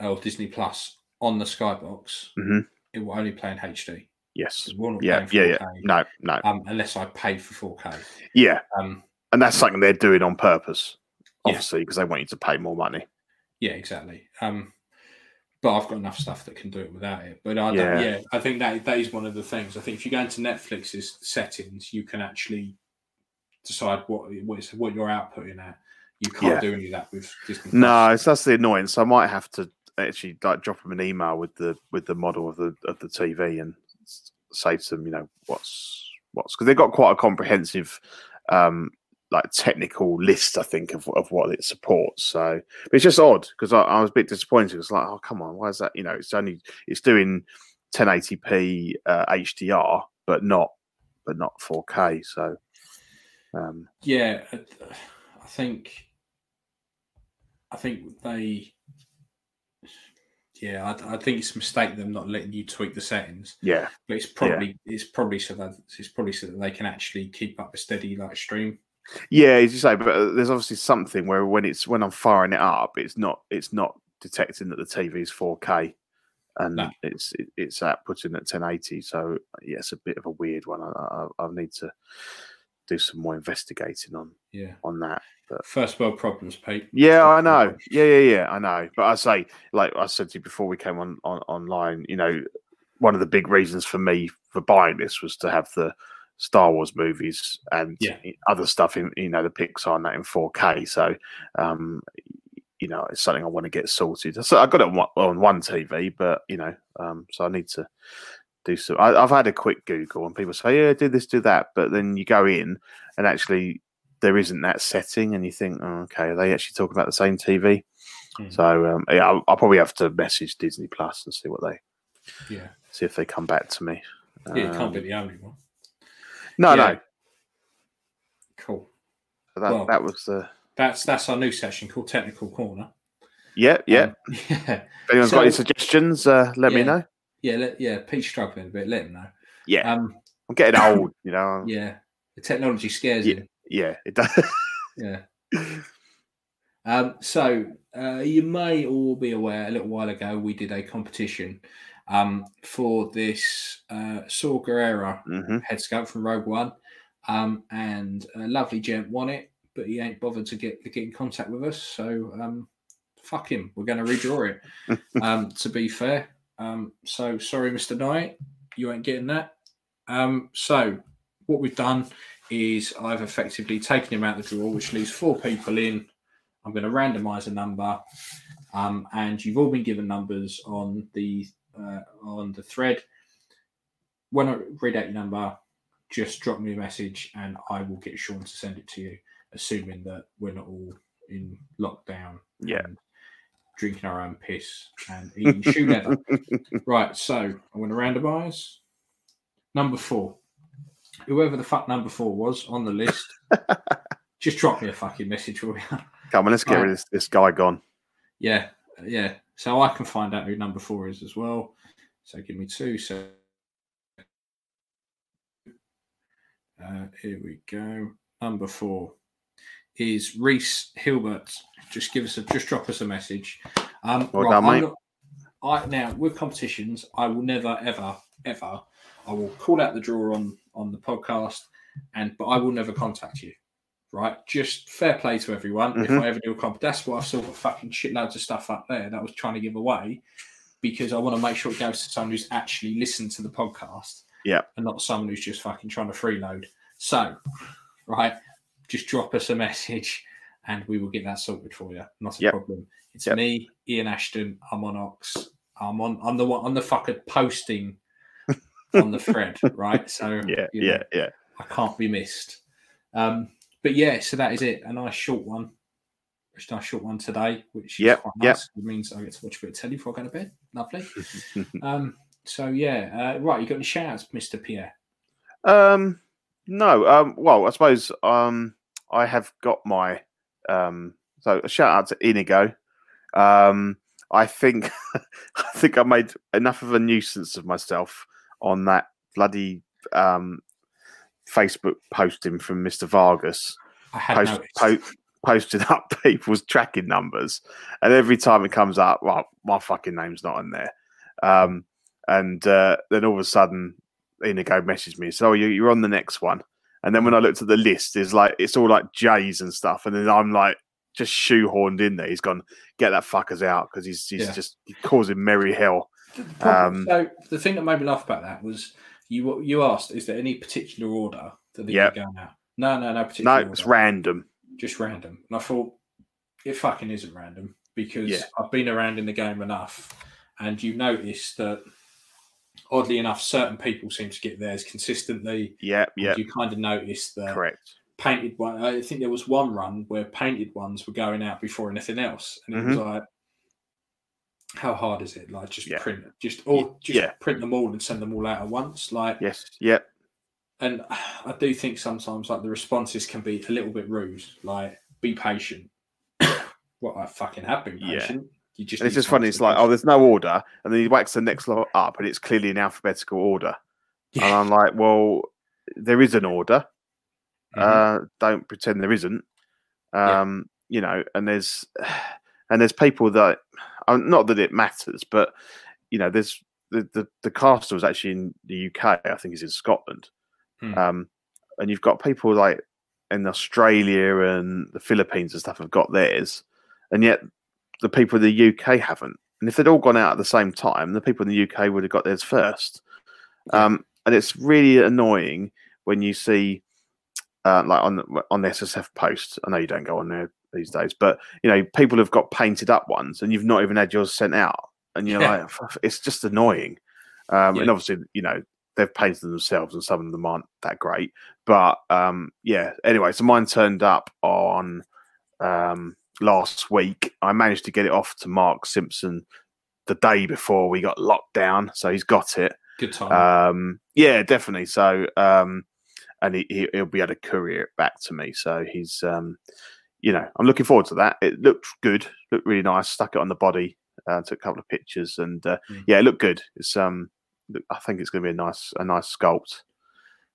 or Disney Plus on the Skybox. Mhm. It will only play in HD. Yes. 'cause we're not Yeah. paying Yeah. Yeah. 4K, No. No. Um, unless I pay for 4K. Yeah. Um, And that's something they're doing on purpose, Yeah. obviously, because they want you to pay more money. yeah, exactly. Um, but I've got enough stuff that can do it without it. But I Yeah. don't, yeah, I think that that is one of the things. I think if you go into Netflix's settings, you can actually decide what what, it's, what you're outputting at. You can't Yeah. do any of that with Disney. Plus. No, it's that's the annoyance. I might have to actually like drop them an email with the with the model of the of the TV and s- say to them, you know, what's what's because they've got quite a comprehensive um like technical list, I think, of, of what it supports. So but it's just odd because I, I was a bit disappointed. It's like, oh come on, why is that? You know, it's only it's doing 1080p uh, HDR, but not but not 4K. So um Yeah, I I think, I think they, yeah, I, I think it's a mistake them not letting you tweak the settings. yeah, But it's probably it's probably so that it's probably so that they can actually keep up a steady like stream. yeah, as you say, but uh, there's obviously something where when it's when I'm firing it up, it's not it's not detecting that the TV is 4K, and No. it's it, it's outputting at 1080. So uh, yeah, it's a bit of a weird one. I, I, I I'll need to do some more investigating on Yeah, on that. first world problems, Pete. Yeah, I know. Yeah, yeah, yeah, I know. But I say, like I said to you before we came on, on online, you know, one of the big reasons for me for buying this was to have the Star Wars movies and Yeah. other stuff in, you know, the Pixar and that in 4K. So, um, you know, it's something I want to get sorted. So I got it on one, on one TV, but you know, um, so I need to do some. I, I've had a quick Google, and people say, "Yeah, do this, do that," but then you go in, and actually, there isn't that setting, and you think, oh, "Okay, are they actually talking about the same TV?" Hmm. So um, yeah, I'll, I'll probably have to message Disney Plus and see what they Yeah, see if they come back to me. yeah, it can't be Um, the only one. No, yeah. no. Cool. So that Well- that was the That's that's our new section called Technical Corner. yeah, yeah. Um, yeah, if anyone's got any so- suggestions, uh, let me Yeah. know. yeah, let, yeah. Pete's struggling a bit. Let him know. Yeah, Um, I'm getting old, you know. Yeah, yeah, the technology scares him. it does. Yeah. Um, so uh, you may all be aware a little while ago we did a competition um, for this uh, Saw Guerrero hmm head sculpt from Rogue One, um, and a lovely gent won it, but he ain't bothered to get to get in contact with us. So um, fuck him. We're going to redraw it. um, to be fair, um, so sorry, Mister Knight, you ain't getting that. Um, so what we've done is I've effectively taken him out the draw, which leaves four people in. I'm going to randomise a number, um, and you've all been given numbers on the uh, on the thread. When I read out your number, just drop me a message, and I will get Sean to send it to you, assuming that we're not all in lockdown. Yeah. and Drinking our own piss and eating shoe leather. Right, so I'm going to randomise. Number four. Whoever the fuck number four was on the list, just drop me a fucking message, will you? Come on, let's get rid of this, this guy gone. Yeah, yeah. So I can find out who number four is as well. So give me two. So uh, here we go. Number four is Reese Hilbert. Just give us a just drop us a message. Um, Well done, I'm mate. not- I now with competitions, I will never ever ever. I will call out the draw on on the podcast, and but I will never contact you. Right, just fair play to everyone. If Mhm. I ever do a comp, that's why I've sort of fucking shitloads of stuff up there that I was trying to give away because I want to make sure it goes to someone who's actually listened to the podcast, Yeah. and not someone who's just fucking trying to freeload. So, right, just drop us a message and we will get that sorted for you. Not a Yep. problem. It's Yep. me, Ian Ashton. I'm on Ox. I'm on. I'm the one. I'm the fucker posting on the thread, right? So Yeah, you know, yeah, yeah. I can't be missed. Um, but yeah, so that is it. A nice short one. Just a nice short one today, which Yep, is quite yep. nice. It means I get to watch a bit of telly before I go to bed. Lovely. um, so yeah, uh, right. You got any shouts, Mister Pierre? Um, no. Um, well, I suppose um, I have got my um. So a shout out to Inigo. Um, I think I think I made enough of a nuisance of myself on that bloody um Facebook posting from Mister Vargas. I had Post, noticed. po- posted up people's tracking numbers, and every time it comes up, well, my fucking name's not on there. Um, and uh, then all of a sudden, Inigo messaged me, so oh, you, you're on the next one. And then when I looked at the list, it's like it's all like J's and stuff, and then I'm like just shoehorned in there. He's gone get that fuckers out because he's he's Yeah. just causing merry hell. The problem- um, so the thing that made me laugh about that was you. You asked, is there any particular order that they Yep. go now? No, no, no No, particular. it's order. random. just random. And I thought it fucking isn't random. because Yeah. I've been around in the game enough, and you notice that oddly enough, certain people seem to get theirs consistently. Yeah, yeah, You kind of notice that correct. painted one. I think there was one run where painted ones were going out before anything else, and it was like, how hard is it? Like just Mm-hmm. Yeah. print, just or just Yeah. print them all and send them all out at once. Like, Yes, yeah, and I do think sometimes like the responses can be a little bit rude. Like, be patient. well, I fucking have been Yeah. patient. You just and it's need just funny. time It's to- like, oh, there's no order, and then he whacks the next lot up, and it's clearly in alphabetical order. And I'm like, well, there is an order. Uh, don't pretend there isn't. Mm-hmm. Yeah. Um, You know, and there's and there's people that, uh, not that it matters, but you know, there's the the, the caster was actually in the UK. I think he's in Scotland, Hmm. um, and you've got people like in Australia and the Philippines and stuff have got theirs, and yet the people in the UK haven't. And if they'd all gone out at the same time, the people in the UK would have got theirs first. Um, and it's really annoying when you see, uh, like on the, on the SSF post. I know you don't go on there these days, but you know people have got painted up ones, and you've not even had yours sent out, and you're Yeah. like, "F- it's just annoying. Um, Yeah. And obviously, you know they've painted themselves, and some of them aren't that great. But um, yeah, anyway, so mine turned up on um, last week. I managed to get it off to Mark Simpson the day before we got locked down, so he's got it. good time. Um, yeah, definitely. So, um, and he, he, he'll be able to courier it back to me. So he's, um, you know, I'm looking forward to that. It looked good, looked really nice. Stuck it on the body, uh, took a couple of pictures, and uh, Mm. yeah, it looked good. It's, um, look- I think it's going to be a nice, a nice sculpt.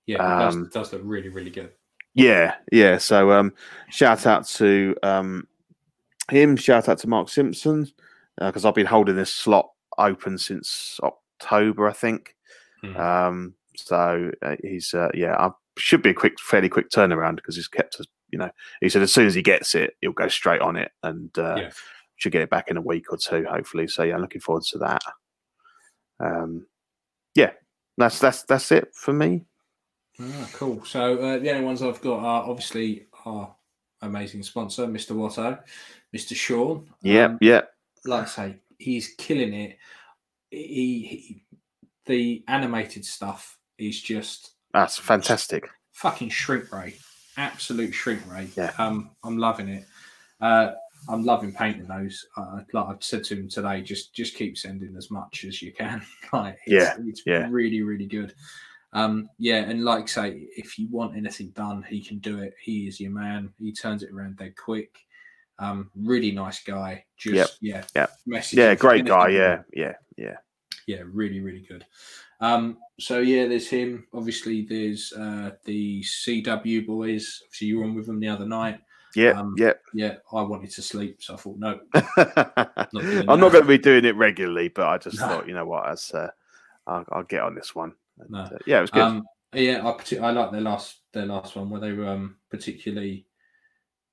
yeah, it does, um, it does look really, really good. Yeah, yeah. So, um, shout out to um, him. Shout out to Mark Simpson because I've been holding this slot open since October, I think. Mhm. Um, so uh, he's uh, yeah, I should be a quick, fairly quick turnaround because he's kept us. You know, he said as soon as he gets it, he'll go straight on it and uh, Yeah. should get it back in a week or two, hopefully. So yeah, I'm looking forward to that. Um, yeah, that's that's that's it for me. Ah, cool. So uh, the only ones I've got are obviously our amazing sponsor, Mr. Watto, Mr. Sean. Yeah, Um, yeah, like I say, he's killing it. He, he the animated stuff is just that's fantastic. fucking shrink ray, absolute shrink ray. Yeah. Um, I'm loving it. Uh, I'm loving painting those. Uh, like I've said to him today, just just keep sending as much as you can. like, it's, it's yeah. really really good. Um, yeah, and like say, if you want anything done, he can do it. He is your man. He turns it around dead quick. Um, really nice guy. Just yeah, yep. Message Yeah, him. great guy. Anything- Yeah, yeah, yeah. yeah, really, really good. Um, so yeah, there's him. Obviously, there's uh, the CW boys. Obviously, you were on with them the other night. Yeah, Um, yeah. Yeah, I wanted to sleep, so I thought, no, doing I'm that. not going to be doing it regularly, but I just No. thought, you know what, as uh, I'll, I'll get on this one. And, No. uh, yeah, it was good. um, yeah, I partic- I like their last their last one where they were um, particularly.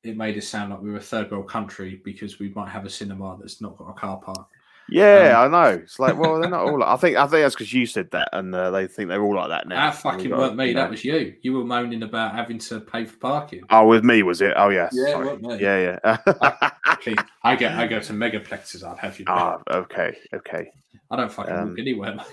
It made us sound like we were a third world country because we might have a cinema that's not got a car park. yeah, um, I know. It's like, well, they're not all. Like, I think I think that's because you said that, and uh, they think they're all like that now. that Ah, fucking We got- weren't me. you know- That was you. You were moaning about having to pay for parking. Oh, with me was it? Oh yeah, Yeah, it sorry. weren't me. yeah, yeah. Actually, I go I go to megaplexes. I'd have you. know. Ah, okay, okay. I don't fucking um, walk anywhere, mate.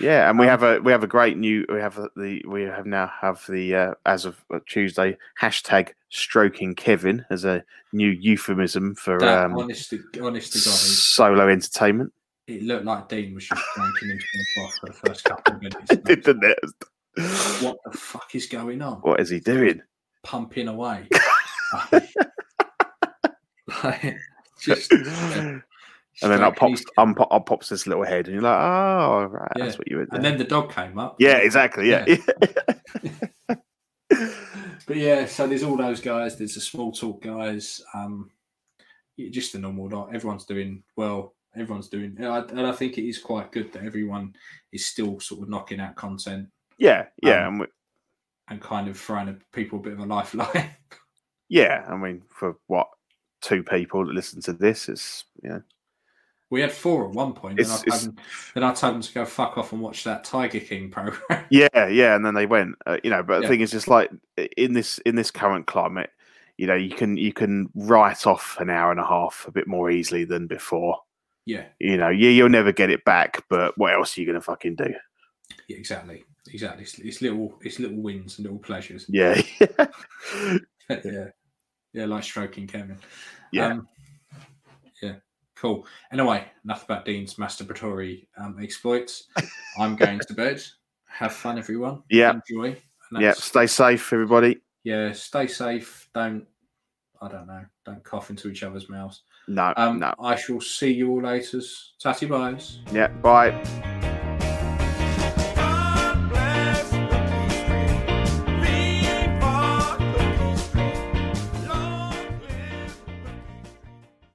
Yeah, and we Um, have a we have a great new we have the we have now have the uh, as of uh, Tuesday hashtag stroking Kevin as a new euphemism for That, um, honest to, honest to God, solo entertainment. it, it looked like Dean was just cranking into the boss for the first couple of minutes. It did the Like, next. What the fuck is going on? What is he doing? Pumping away. Like- like, just, and then up pops, um, pop, up pops this little head, and you're like, "Oh, right, Yeah. that's what you were doing." And then the dog came up. yeah, exactly. Yeah, But yeah, so there's all those guys. There's the small talk guys. Um, yeah, just the normal. Like everyone's doing well. Everyone's doing, and I, and I think it is quite good that everyone is still sort of knocking out content yeah, yeah. Um, and we, and kind of throwing a- people a bit of a lifeline. yeah, I mean, for what two people that listen to this, it's you know, We had four at one point, It's- and I it's- told them, then I told them to go fuck off and watch that Tiger King program. yeah, yeah. And then they went, uh, you know. But the Yeah. thing is, just like in this in this current climate, you know you can you can write off an hour and a half a bit more easily than before. Yeah, You know, yeah, you'll never get it back, but what else are you gonna fucking do? yeah, exactly, exactly. It's, it's little, it's little wins and little pleasures. Yeah, yeah, yeah, like stroking Kevin. Yeah. um, yeah, cool. Anyway, enough about Dean's masturbatory um, exploits. I'm going to bed. Have fun, everyone. Yeah. enjoy. And yeah. that's- Stay safe, everybody. yeah. Stay safe. Don't, I don't know. Don't cough into each other's mouths. No, Um, no. I shall see you all later. Tatty byes. Yeah. Bye.